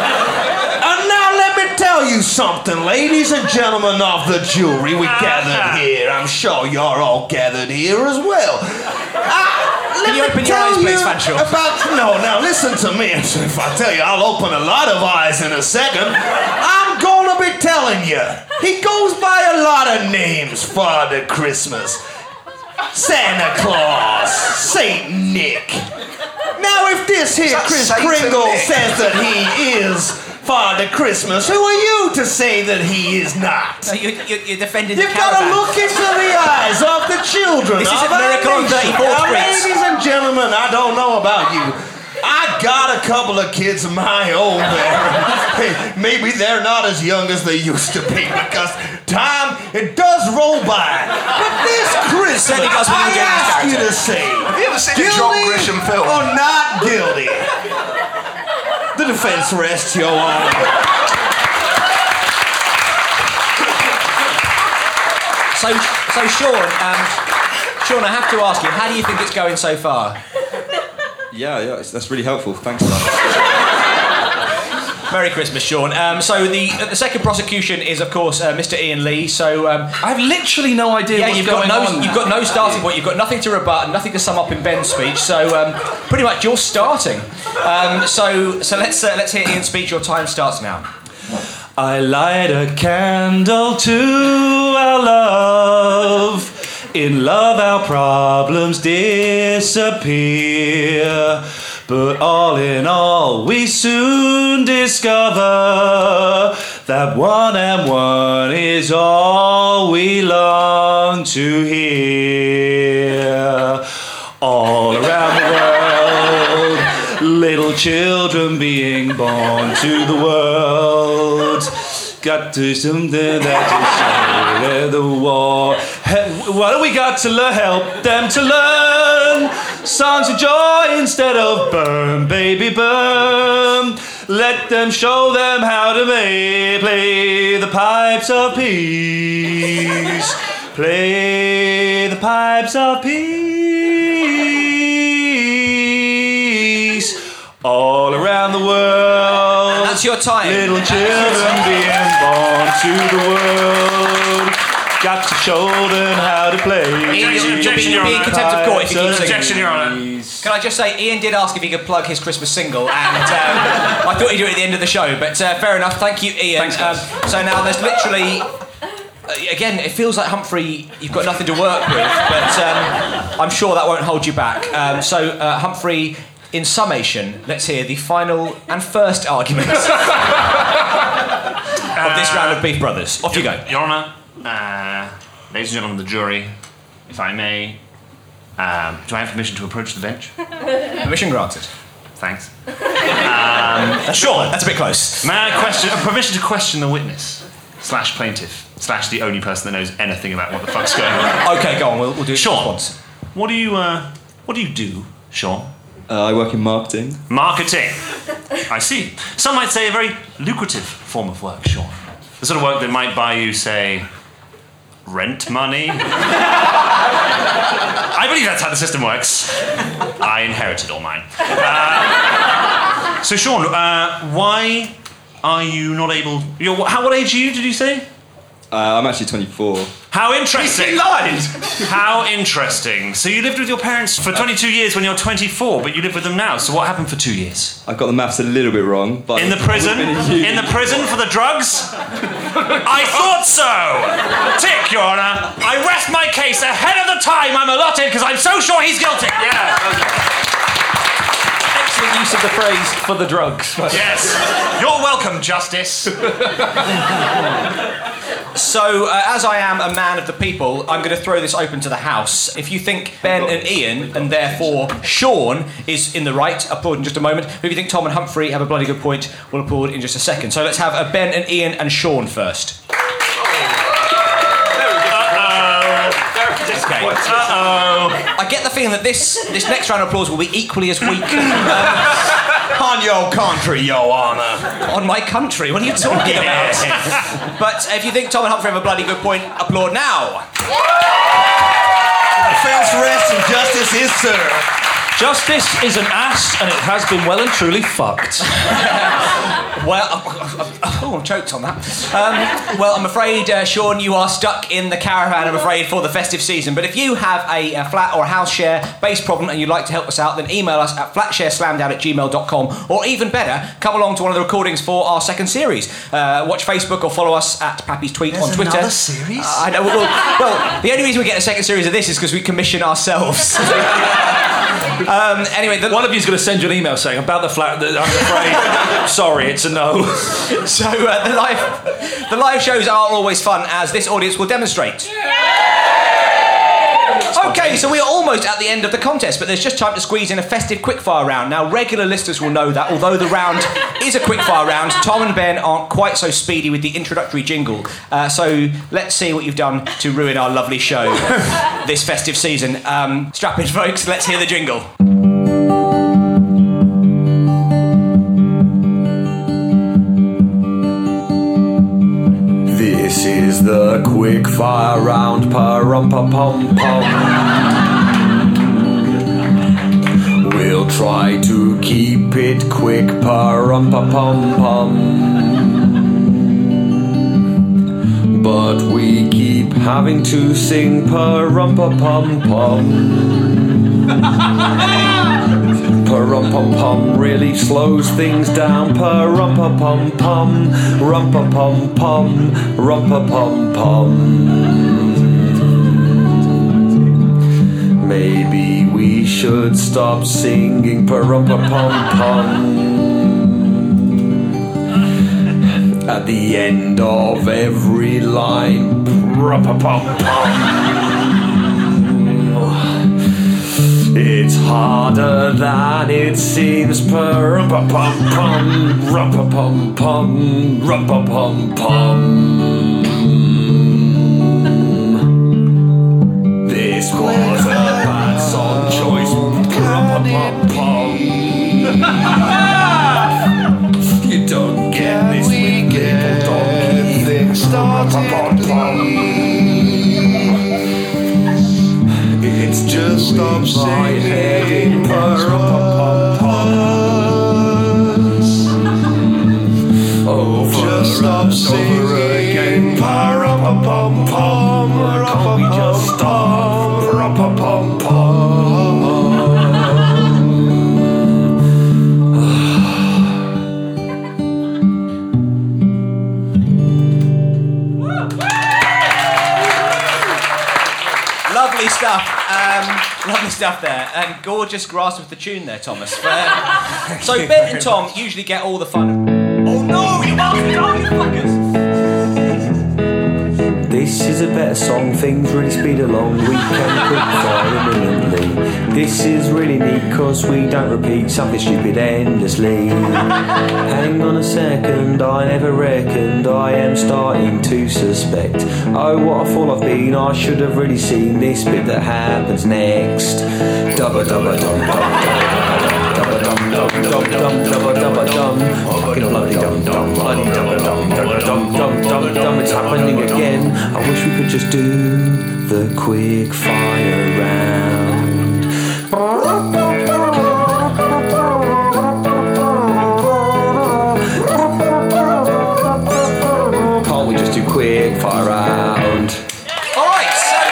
Speaker 5: and now let me tell you something, ladies and gentlemen of the jury, we
Speaker 4: Uh-huh.
Speaker 5: gathered here. I'm sure you're all gathered here as well. I- let
Speaker 4: Can you
Speaker 5: me
Speaker 4: open your
Speaker 5: tell
Speaker 4: eyes, please,
Speaker 5: you
Speaker 4: Fanshawe?
Speaker 5: About no, now listen to me. If I tell you, I'll open a lot of eyes in a second. I'm gonna be telling you. He goes by a lot of names, Father Christmas, Santa Claus, Saint Nick. Now, if this here
Speaker 8: that
Speaker 5: Chris
Speaker 8: Satan
Speaker 5: Kringle
Speaker 8: Nick?
Speaker 5: says that he is Father Christmas, who are you to say that he is not?
Speaker 4: No, you, you, you're defending
Speaker 5: You've
Speaker 4: the
Speaker 5: got to
Speaker 4: caravan.
Speaker 5: look into the eyes of the children.
Speaker 4: This is
Speaker 5: of
Speaker 4: a miracle on
Speaker 5: our nation.
Speaker 4: 34th
Speaker 5: Now,
Speaker 4: Street.
Speaker 5: Ladies and gentlemen, I don't know about you. I got a couple of kids of my own there. Hey, Maybe they're not as young as they used to be because time it does roll by. But this Christmas,
Speaker 4: Certainly does with
Speaker 5: I
Speaker 4: young
Speaker 5: ask Obscuracy.
Speaker 8: Have you ever seen a John
Speaker 5: Guilty Oh.
Speaker 8: Grisham film?
Speaker 5: Or not guilty. The defense rests, Your Honor.
Speaker 4: So, so Sean, um, Sean, I have to ask you, how do you think it's going so far?
Speaker 13: Yeah, yeah, it's- that's really helpful. Thanks for that.
Speaker 4: Merry Christmas, Sean. Um, so the uh, the second prosecution is, of course, uh, Mr. Ian Lee. So um, I
Speaker 7: have literally no idea.
Speaker 4: Yeah,
Speaker 7: what's
Speaker 4: you've
Speaker 7: going
Speaker 4: got no
Speaker 7: on.
Speaker 4: you've got no starting point. You've got nothing to rebut, nothing to sum up in Ben's speech. So um, pretty much you're starting. Um, so so let's uh, let's hear Ian's speech. Your time starts now.
Speaker 7: I light a candle to our love. In love, our problems disappear. But all in all, we soon discover that one and one is all we long to hear. All around the world, little children being born to the world. Got to something that to share the war. He- What do we got to le- help them to learn? Songs of joy instead of burn, baby burn. Let them show them how to ma- play the pipes of peace. Play the pipes of peace all around the world.
Speaker 4: That's your time.
Speaker 7: Little children being born to the world. Got to show them how to play.
Speaker 4: You'll be in contempt of court if you keep singing.
Speaker 7: Peace.
Speaker 4: Can I just say, Ian did ask if he could plug his Christmas single, and um, I thought he'd do it at the end of the show, but uh, fair enough. Thank you, Ian. Um, so now there's literally. uh, Again, it feels like Humphrey, you've got nothing to work with, but um, I'm sure that won't hold you back. Um, so, uh, Humphrey, in summation, let's hear the final and first argument of this round of Beef Brothers. Off you go.
Speaker 6: Your Honour, uh, ladies and gentlemen of the jury, if I may, um, do I have permission to approach the bench?
Speaker 4: Permission granted.
Speaker 6: Thanks. Um,
Speaker 4: sure, that's a bit close.
Speaker 6: May I question, uh, permission to question the witness, slash plaintiff, slash the only person that knows anything about what the fuck's going on.
Speaker 4: Okay, go on, we'll, we'll do it
Speaker 6: Sean, what do you, uh, what do you do, Sean?
Speaker 13: Uh, I work in marketing.
Speaker 6: Marketing. I see. Some might say a very lucrative form of work, Sean. The sort of work that might buy you, say, rent money. I believe that's how the system works. I inherited all mine. Uh, so, Sean, uh, why are you not able? You're, how what age are you? Did you say?
Speaker 13: Uh, I'm actually 24.
Speaker 6: How interesting!
Speaker 13: He lied.
Speaker 6: How interesting. So you lived with your parents
Speaker 13: Uh,
Speaker 6: for 22 years when you're 24, but you live with them now. So what happened for two years?
Speaker 13: I got the maths a little bit wrong, but
Speaker 6: In the prison? In the prison for the drugs? I thought so! Tick, Your Honour. I rest my case ahead of the time I'm allotted because I'm so sure he's guilty. Yeah.
Speaker 7: Excellent use of the phrase for the drugs.
Speaker 6: Yes. You're welcome, Justice.
Speaker 4: So, uh, as I am a man of the people, I'm going to throw this open to the House. If you think Ben and Ian, and therefore Sean, is in the right, applaud in just a moment. If you think Tom and Humphrey have a bloody good point, we'll applaud in just a second. So, let's have a Ben and Ian and Sean first. Okay.
Speaker 6: Uh-oh.
Speaker 4: I get the feeling that this, this next round of applause will be equally as weak. um, on your country, Your Honour. On my country? What are you talking about? but if you think Tom and Humphrey have a bloody good point, applaud now.
Speaker 5: Defense rests and justice is served.
Speaker 7: Justice is an ass, and it has been well and truly fucked.
Speaker 4: Well, oh, I'm choked on that. Um, well, I'm afraid, uh, Sean, you are stuck in the caravan, I'm afraid, for the festive season. But if you have a, a flat or a house share based problem and you'd like to help us out, then email us at flatshareslamdown at gmail.com. Or even better, come along to one of the recordings for our second series. Uh, watch Facebook or follow us at Pappy's Tweet
Speaker 12: There's
Speaker 4: on Twitter.
Speaker 12: another series?
Speaker 4: Uh, I know. Well, well, the only reason we get a second series of this is because we commission ourselves. um, anyway,
Speaker 7: one of you's going to send you an email saying about the flat. that I'm afraid. sorry, it's a no.
Speaker 4: so uh, the live the live shows are always fun, as this audience will demonstrate. Okay, so we are almost at the end of the contest, but there's just time to squeeze in a festive quickfire round. Now, regular listeners will know that, although the round is a quickfire round, Tom and Ben aren't quite so speedy with the introductory jingle. Uh, so let's see what you've done to ruin our lovely show this festive season. Um, strap in, folks. Let's hear the jingle.
Speaker 9: This is the quick fire round, pa rum pa pom pom. We'll try to keep it quick, pa rum pa pom pom. But we keep having to sing pa rum pa pom pom. Pum pum pum really slows things down. Pum pum pum pum, rum pum pum pum, rum pum pum pum. Maybe we should stop singing. Pum pum pum. At the end of every line, pum pum pum. It's harder than it seems. Pum pum pum, rum pum pum pum, rum pum pum pum. This was a bad song choice. Rum pum pum pum. You don't get this with people donkey. Rum pum pum pum. It's just stop singing Parapapums Over just stop singing Parapapum pum Can't we just stop Parapapum
Speaker 4: Lovely stuff. Um, lovely stuff there. And gorgeous grasp of the tune there, Thomas. Um, so Ben and Tom usually get all the fun. Oh no, you bastard! Oh, you fuckers!
Speaker 9: This is a better song, things really speed along. We can quick fire imminently. This is really neat, cause we don't repeat something stupid endlessly. Hang on a second, I never reckoned, I am starting to suspect. Oh, what a fool I've been, I should have really seen this bit that happens next. Dubba dubba dum dum dubba dum dum dum dum dubba dubba dum. Fucking bloody dum dum, bloody dubba dum dubba dum dum dum dum. It's happening again. I wish we could just do the quick fire round. Can't we just do quick fire round?
Speaker 4: All right. So...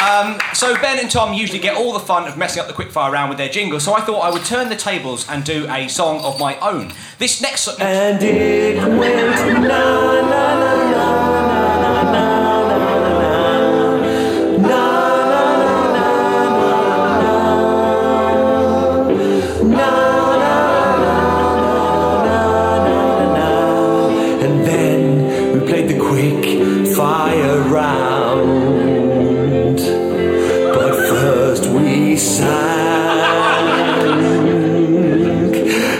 Speaker 4: Um, so Ben and Tom usually get all the fun of messing up the quickfire round with their jingle. So I thought I would turn the tables and do a song of my own. This next song.
Speaker 9: And it went na na na na. And then we played the quick fire round. But first we sang.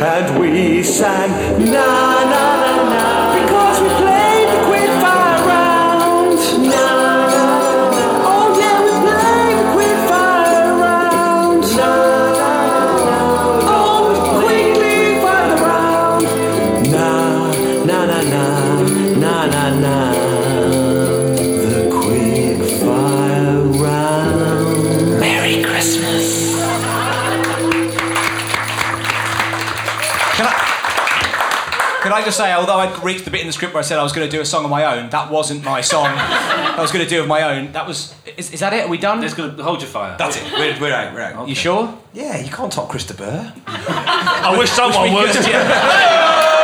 Speaker 9: And we sang na na na na. Because we played the quick fire round. Na na na. Oh yeah, we played the quick fire round. Na na na. Oh, we quickly fire round. Na na na na na na na. The quick fire round. Merry Christmas.
Speaker 4: Can I just say, although I'd reached the bit in the script where I said I was going to do a song of my own, that wasn't my song. I was going to do of my own. That was. Is, is that it? Are we done? It's going to hold your fire.
Speaker 6: That's it. We're, we're out. We're out.
Speaker 4: You sure?
Speaker 6: Yeah, you can't top Christopher.
Speaker 14: I wish someone would.
Speaker 4: yeah.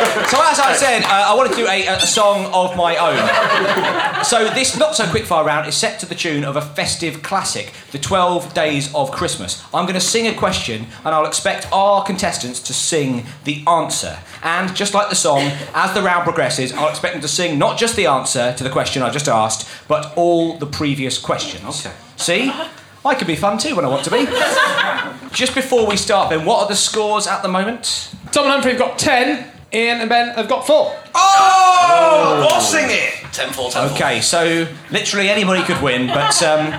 Speaker 4: So as I said, uh, I want to do a, a song of my own. So this not so quick fire round is set to the tune of a festive classic, The 12 Days of Christmas. I'm going to sing a question and I'll expect our contestants to sing the answer. And just like the song, as the round progresses, I'll expect them to sing not just the answer to the question I just asked, but all the previous questions. Okay. See? I can be fun too when I want to be. Just before we start, Ben, what are the scores at the moment?
Speaker 9: Tom and Humphrey have got 10, Ian and Ben have got 4.
Speaker 4: Oh!
Speaker 9: bossing
Speaker 4: it!
Speaker 8: 10 4, 10
Speaker 4: Okay, so literally anybody could win, but um,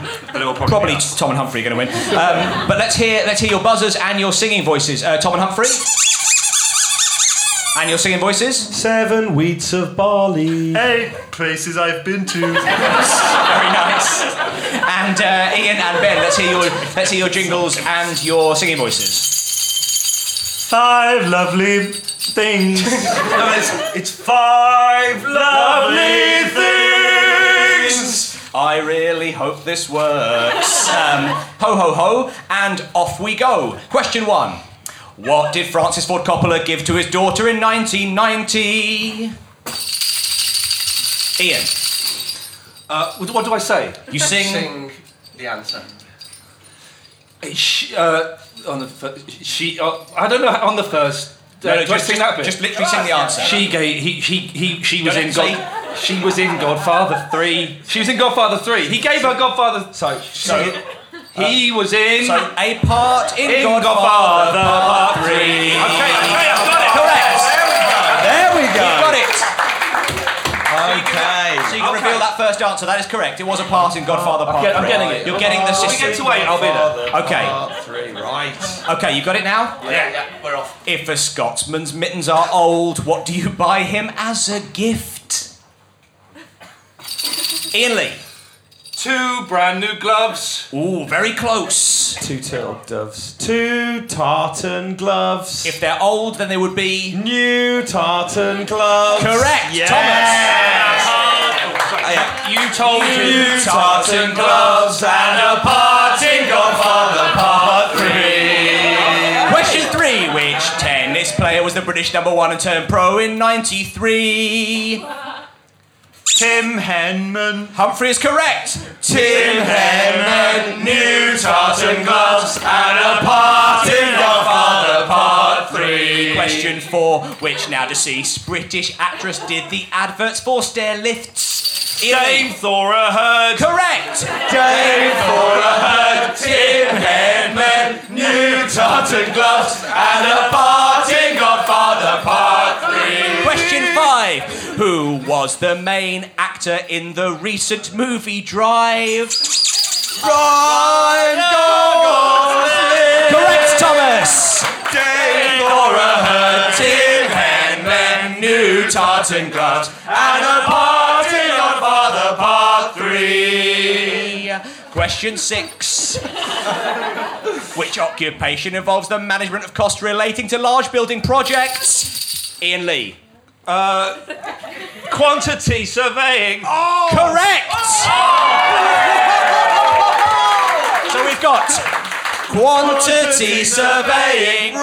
Speaker 4: probably, Tom and Humphrey are going to win. Um, but let's hear let's hear your buzzers and your singing voices. Uh, Tom and Humphrey. And your singing voices?
Speaker 15: Seven weeds of barley. Eight places I've been to. Very
Speaker 4: nice. And uh, Ian and Ben, let's hear your let's hear your jingles and your singing voices.
Speaker 15: Five lovely things. no, it's, it's five lovely things.
Speaker 4: I really hope this works. Um, ho ho ho, and off we go. Question one: What did Francis Ford Coppola give to his daughter in 1990? Ian.
Speaker 7: Uh, what, what do I say?
Speaker 4: You sing.
Speaker 8: Sing the answer.
Speaker 7: She, uh, on the fir- she, uh, I don't know. On the first, uh,
Speaker 4: No, no,
Speaker 7: do I
Speaker 4: just-
Speaker 7: sing that bit?
Speaker 4: just literally sing the answer.
Speaker 7: She gave. He, he, he, she was
Speaker 4: No, no,
Speaker 7: in
Speaker 4: say-
Speaker 7: God. She was in Godfather three. She was in Godfather three. He gave her Godfather. So, so he was in
Speaker 4: a part in,
Speaker 7: Godfather,
Speaker 4: Part
Speaker 7: Part three. Okay, okay, I've got it.
Speaker 4: There we go.
Speaker 7: go.
Speaker 4: You got it. Okay. So you can reveal that first answer. That is correct. It was a part in Godfather Part
Speaker 7: get- I'm
Speaker 4: three.
Speaker 7: getting it.
Speaker 4: You're getting the
Speaker 7: Oh, we
Speaker 4: system.
Speaker 7: get to wait, I'll be there.
Speaker 4: Okay.
Speaker 7: Part
Speaker 8: three, right.
Speaker 4: Okay, you got it now?
Speaker 8: we're off.
Speaker 4: If a Scotsman's mittens are old, what do you buy him as a gift? Ian Lee.
Speaker 7: Two brand new gloves.
Speaker 4: Ooh, very close.
Speaker 15: Two tailed doves. Two tartan gloves.
Speaker 4: If they're old, then they would be.
Speaker 15: New tartan gloves.
Speaker 4: Correct, Oh,
Speaker 15: Yes.
Speaker 7: You told
Speaker 15: New tartan gloves and a part in Godfather Part 3.
Speaker 4: Question three Which tennis player was the British number one and turned pro in 93? Tim Henman. Humphrey is correct. Tim Henman. New
Speaker 15: tartan gloves and a part in Godfather Part 3.
Speaker 4: Question four Which now deceased British actress did the adverts for stair lifts? Dame Thora Heard. Correct.
Speaker 15: Dame Thora Heard, Tim Henman, new tartan gloves and a part in Godfather Part 3.
Speaker 4: Question five. Who was the main actor in the recent movie Drive? Ryan Gosling. Correct, Thomas.
Speaker 15: Dame Thora Heard, Tim Henman, new tartan gloves and a part in Godfather Part 3.
Speaker 4: Question six. Which occupation involves the management of costs relating to large building projects? Ian Lee. Uh, quantity surveying. Oh! Correct! So we've got quantity surveying.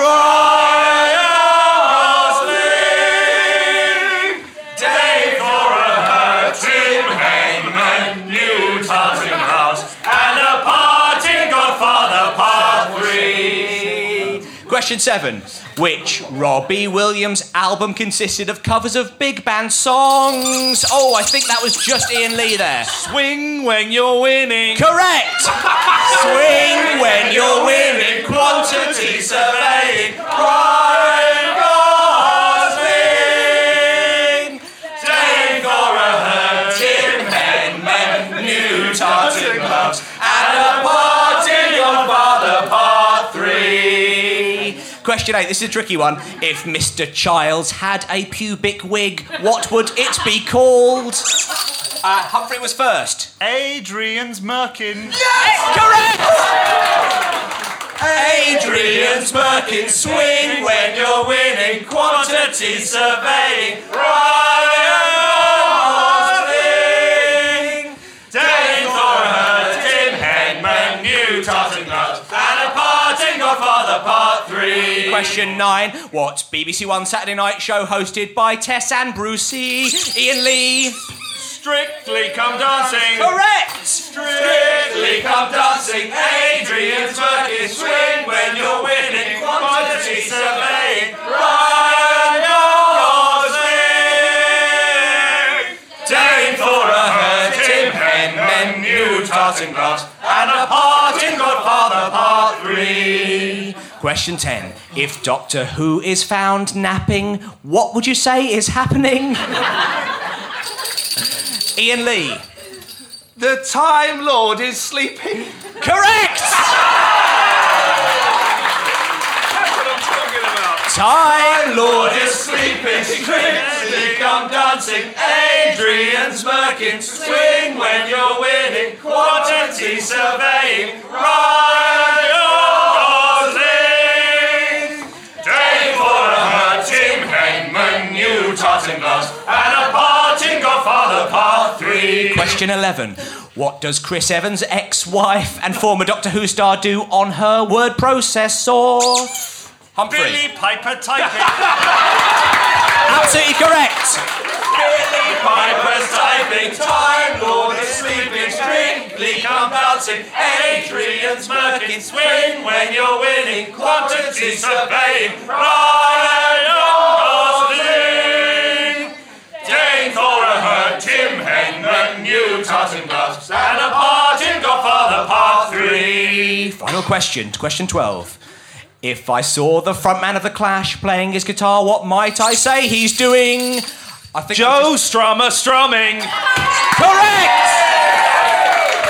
Speaker 4: Question seven. Which Robbie Williams album consisted of covers of big band songs? Oh, I think that was just Ian Lee there. Swing when you're winning. Correct! Swing when you're winning. Quantity surveying.
Speaker 15: Ryan Gosling, Dame Gora, her Tim Henman, new tartan gloves, and a party on Father Part 3.
Speaker 4: Question eight. This is a tricky one. If Mr. Childs had a pubic wig, what would it be called? Uh, Humphrey was first.
Speaker 15: Adrian's Merkin.
Speaker 4: Adrian's
Speaker 15: Merkin, swing when you're winning, quantity surveying, Ryan Gosling, Dame Gora, her Tim Henman, new tartan gloves, and a parting Godfather
Speaker 4: Father, Part 3. Question 9. What BBC One Saturday night show hosted by Tess and Brucey? Ian Lee. Strictly Come Dancing. Correct.
Speaker 6: Strictly come dancing, Adrian's working swing when you're winning quantity surveying. Ryan Gosling, Dame for a hurting pen, men new tartan gloves, and a part in Godfather Part 3.
Speaker 4: Question 10. If Doctor Who is found napping, what would you say is happening? Ian Lee.
Speaker 16: The Time Lord is sleeping.
Speaker 4: Correct!
Speaker 6: Time Lord is sleeping, strictly come dancing, Adrian's smirking, swing when you're winning, quantity surveying, Ryan Gosling. Day for a hurting hangman, new tartan gloves, and a parting godfather part three.
Speaker 4: Question 11. What does Chris Evans' ex wife and former Doctor Who star do on her word processor? Humphrey.
Speaker 5: Billy Piper typing.
Speaker 4: Absolutely correct.
Speaker 6: Billy Piper's typing, Time Lord is sleeping, strictly come bouncing, Adrian's smirking, swing when you're winning, quantity surveying, Ryan Gosling. Dane Thora, her Tim Henman, new tartan gloves, and a part in Godfather Part 3.
Speaker 4: Final question, question 12. If I saw the frontman of The Clash playing his guitar, what might I say he's doing? I think Joe Strummer strumming. Correct!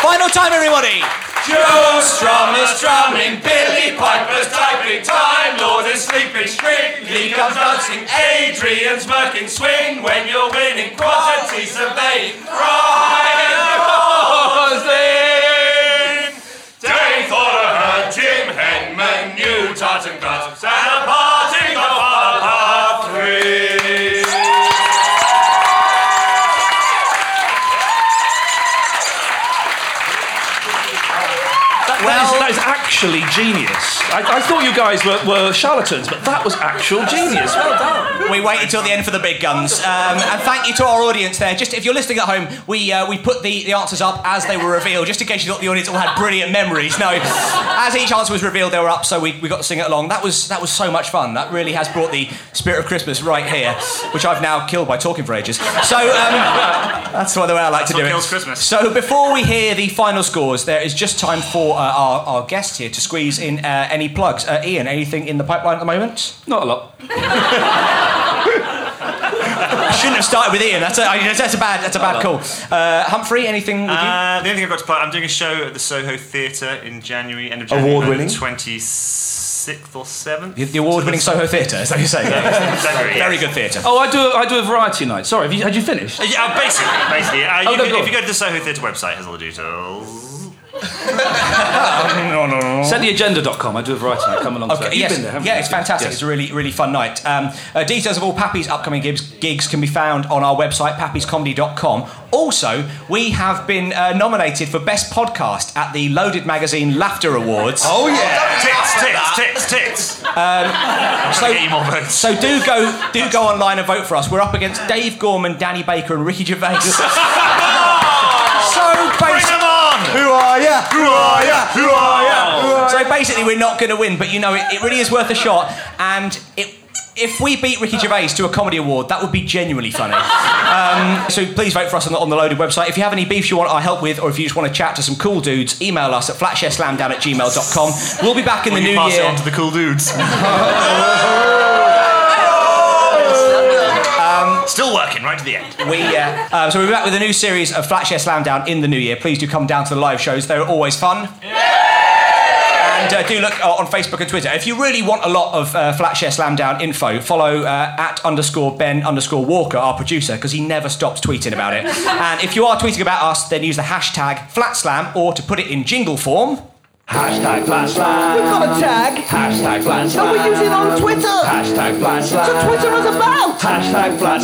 Speaker 4: Final time, everybody.
Speaker 6: Joe Strummer's drumming, Billy Piper's typing, Time Lord is sleeping, strictly comes dancing, Adrian's working swing when you're winning, quantity surveying, Ryan Gosling. Dane Thorder, her Jim Henman, new tartan gloves, and a parting of our part three.
Speaker 7: That, that is- that is actually genius. I, I thought you guys were, were charlatans, but that was actual genius. Well done.
Speaker 4: We wait until the end for the big guns. Um, and thank you to our audience there. Just if you're listening at home, we uh, we put the, the answers up as they were revealed, just in case you thought the audience all had brilliant memories. No, as each answer was revealed, they were up, so we, we got to sing it along. That was that was so much fun. That really has brought the spirit of Christmas right here, which I've now killed by talking for ages. So um, that's the way I like to do it. So before we hear the final scores, there is just time for uh, our, our guest here to squeeze in uh, any plugs. Uh, Ian, anything in the pipeline at the moment? Not a lot. I shouldn't have started with Ian. That's a, I- that's a bad. That's a bad call. Uh, Humphrey, anything with
Speaker 5: Uh, the only thing I've got to play, I'm doing a show at the Soho Theatre in January, end of January.
Speaker 4: Award-winning?
Speaker 5: Twenty sixth or seventh.
Speaker 4: you? The, the award-winning Soho Theatre, is that what you say?
Speaker 5: Exactly,
Speaker 4: Very
Speaker 5: yes.
Speaker 4: good theatre.
Speaker 7: Oh, I do. I do a variety night. Sorry, have you, had you finished?
Speaker 5: Uh, yeah, uh, basically, basically. Uh,
Speaker 7: Oh,
Speaker 5: you
Speaker 7: no,
Speaker 5: can-
Speaker 7: go
Speaker 5: if
Speaker 7: on.
Speaker 5: you go to the Soho Theatre website, it has all the details.
Speaker 4: no, no, no.
Speaker 7: Settheagenda.com. I do a variety night. Come along. to that.
Speaker 4: Okay,
Speaker 7: You've
Speaker 4: yes,
Speaker 7: been there, haven't
Speaker 4: yeah,
Speaker 7: you?
Speaker 4: it's fantastic.
Speaker 7: Yes.
Speaker 4: It's a really, really fun night. Um, uh, details of all Pappy's upcoming gigs, gigs can be found on our website, pappy'scomedy.com. Also, we have been uh, nominated for Best Podcast at the Loaded Magazine Laughter Awards.
Speaker 6: Oh, yeah.
Speaker 5: Tits, tits, tits, tits.
Speaker 4: Um,
Speaker 5: so,
Speaker 4: so do go, do go online and vote for us. We're up against Dave Gorman, Danny Baker, and Ricky Gervais. so bring them
Speaker 5: on!
Speaker 4: Who are ya? Who are ya?
Speaker 6: Who are ya? Who are
Speaker 4: So basically, we're not going to win, but you know, it, it really is worth a shot. And it, if we beat Ricky Gervais to a comedy award, that would be genuinely funny. Um, so please vote for us on the, on the Loaded website. If you have any beefs you want our help with, or if you just want to chat to some cool dudes, email us at flatshareslamdown at gmail.com. We'll be back in
Speaker 5: Will
Speaker 4: the
Speaker 5: you
Speaker 4: new
Speaker 5: pass it
Speaker 4: year.
Speaker 5: on to the cool dudes. Still working right to the end.
Speaker 4: We uh, um, so we'll be back with a new series of Flatshare Slamdown in the new year. Please do come down to the live shows; they're always fun. And uh, do look uh, on Facebook and Twitter. If you really want a lot of uh, Flatshare Slamdown info, follow uh, at underscore Ben underscore Walker, our producer, because he never stops tweeting about it. and if you are tweeting about us, then use the hashtag FlatSlam or to put it in jingle form. Hashtag FlatSlam.
Speaker 17: We've got a tag.
Speaker 4: Hashtag FlatSlam.
Speaker 17: That we use it on Twitter.
Speaker 4: Hashtag FlatSlam.
Speaker 17: So Twitter is about.
Speaker 4: Hashtag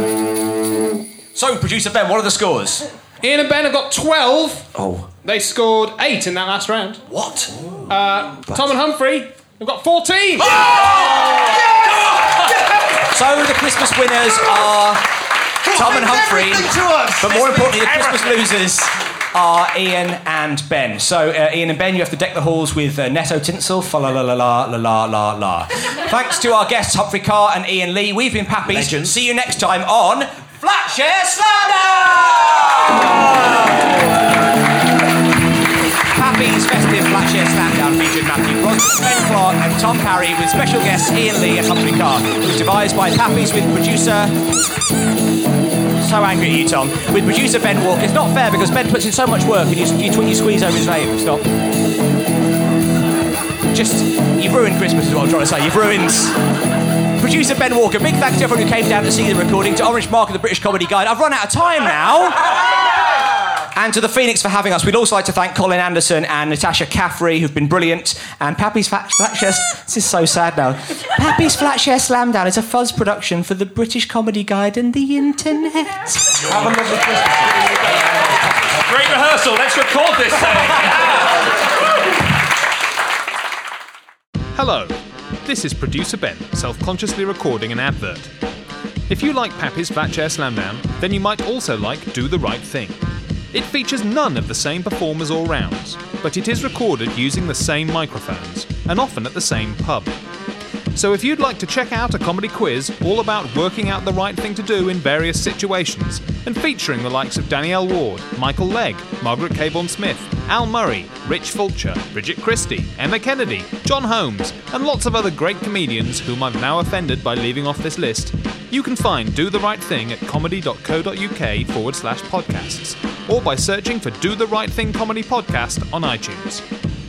Speaker 4: FlatSlam. So, producer Ben, what are the scores?
Speaker 9: Ian and Ben have got 12.
Speaker 4: Oh.
Speaker 9: They scored 8 in that last round.
Speaker 4: What?
Speaker 9: Uh, Tom and Humphrey We've got 14!
Speaker 4: So the Christmas winners are Tom and Humphrey. But more importantly, the Christmas losers are Ian and Ben. So uh, Ian and Ben, you have to deck the halls with uh, Netto tinsel. Fa la la la la la la la la. Thanks to our guests Humphrey Carr and Ian Lee. We've been Pappies. See you next time on Flatshare Slamdown. Pappies Festive Flatshare Slamdown featured Matthew Crosby, Ben Clark, and Tom Parry with special guests Ian Lee and Humphrey Carr. It was devised by Pappies with producer so angry at you, Tom. With producer Ben Walker, it's not fair because Ben puts in so much work and you, you, tw- you squeeze over his name. Stop. Just, you've ruined Christmas, is what I'm trying to say. You've ruined. Producer Ben Walker, big thanks to everyone who came down to see the recording, to Orange Mark of the British Comedy Guide. I've run out of time now. And to the Phoenix for having us. We'd also like to thank Colin Anderson and Natasha Caffrey, who've been brilliant. And Pappy's Fat Flatshare. This is so sad now. Pappy's Flatshare Slamdown is a fuzz production for the British Comedy Guide and the internet.
Speaker 7: Have a lovely Christmas. Great rehearsal. Let's record this thing.
Speaker 9: Hello, this is producer Ben, self consciously recording an advert. If you like Pappy's Flat Chair Slamdown, then you might also like Do the Right Thing. It features none of the same performers or rounds, but it is recorded using the same microphones, and often at the same pub. So if you'd like to check out a comedy quiz all about working out the right thing to do in various situations, and featuring the likes of Danielle Ward, Michael Legg, Margaret Caborn Smith, Al Murray, Rich Fulcher, Bridget Christie, Emma Kennedy, John Holmes, and lots of other great comedians whom I've now offended by leaving off this list, you can find Do the Right Thing at comedy.co.uk forward slash podcasts, or by searching for Do the Right Thing Comedy Podcast on iTunes.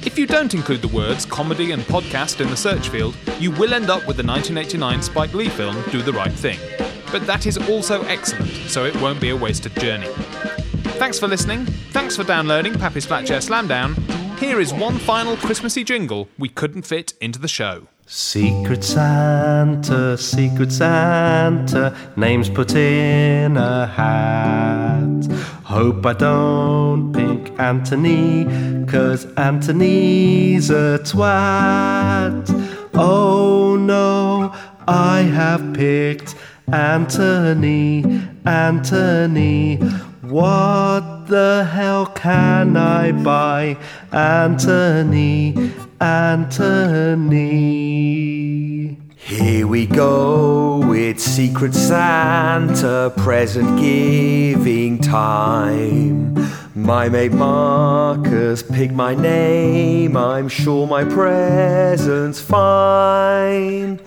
Speaker 9: If you don't include the words comedy and podcast in the search field, you will end up with the 1989 Spike Lee film Do the Right Thing. But that is also excellent, so it won't be a wasted journey. Thanks for listening. Thanks for downloading Pappy's Flatchair Slamdown. Here is one final Christmassy jingle we couldn't fit into the show.
Speaker 3: Secret Santa, Secret Santa, names put in a hat. Hope I don't pick Anthony, cause Anthony's a twat. Oh no, I have picked Anthony, Anthony. What the hell can I buy? Anthony, Anthony.
Speaker 2: Here we go, it's Secret Santa present giving time. My mate Marcus picked my name, I'm sure my present's fine.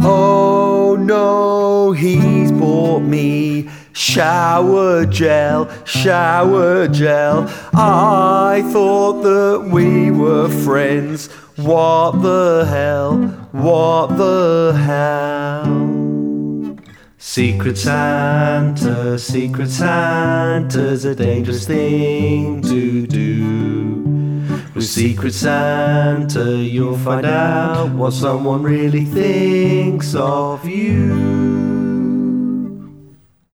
Speaker 2: Oh no, he's bought me shower gel, shower gel. I thought that we were friends. What the hell? What the hell?
Speaker 3: Secret Santa, Secret Santa's a dangerous thing to do. With Secret Santa, you'll find out what someone really thinks of you.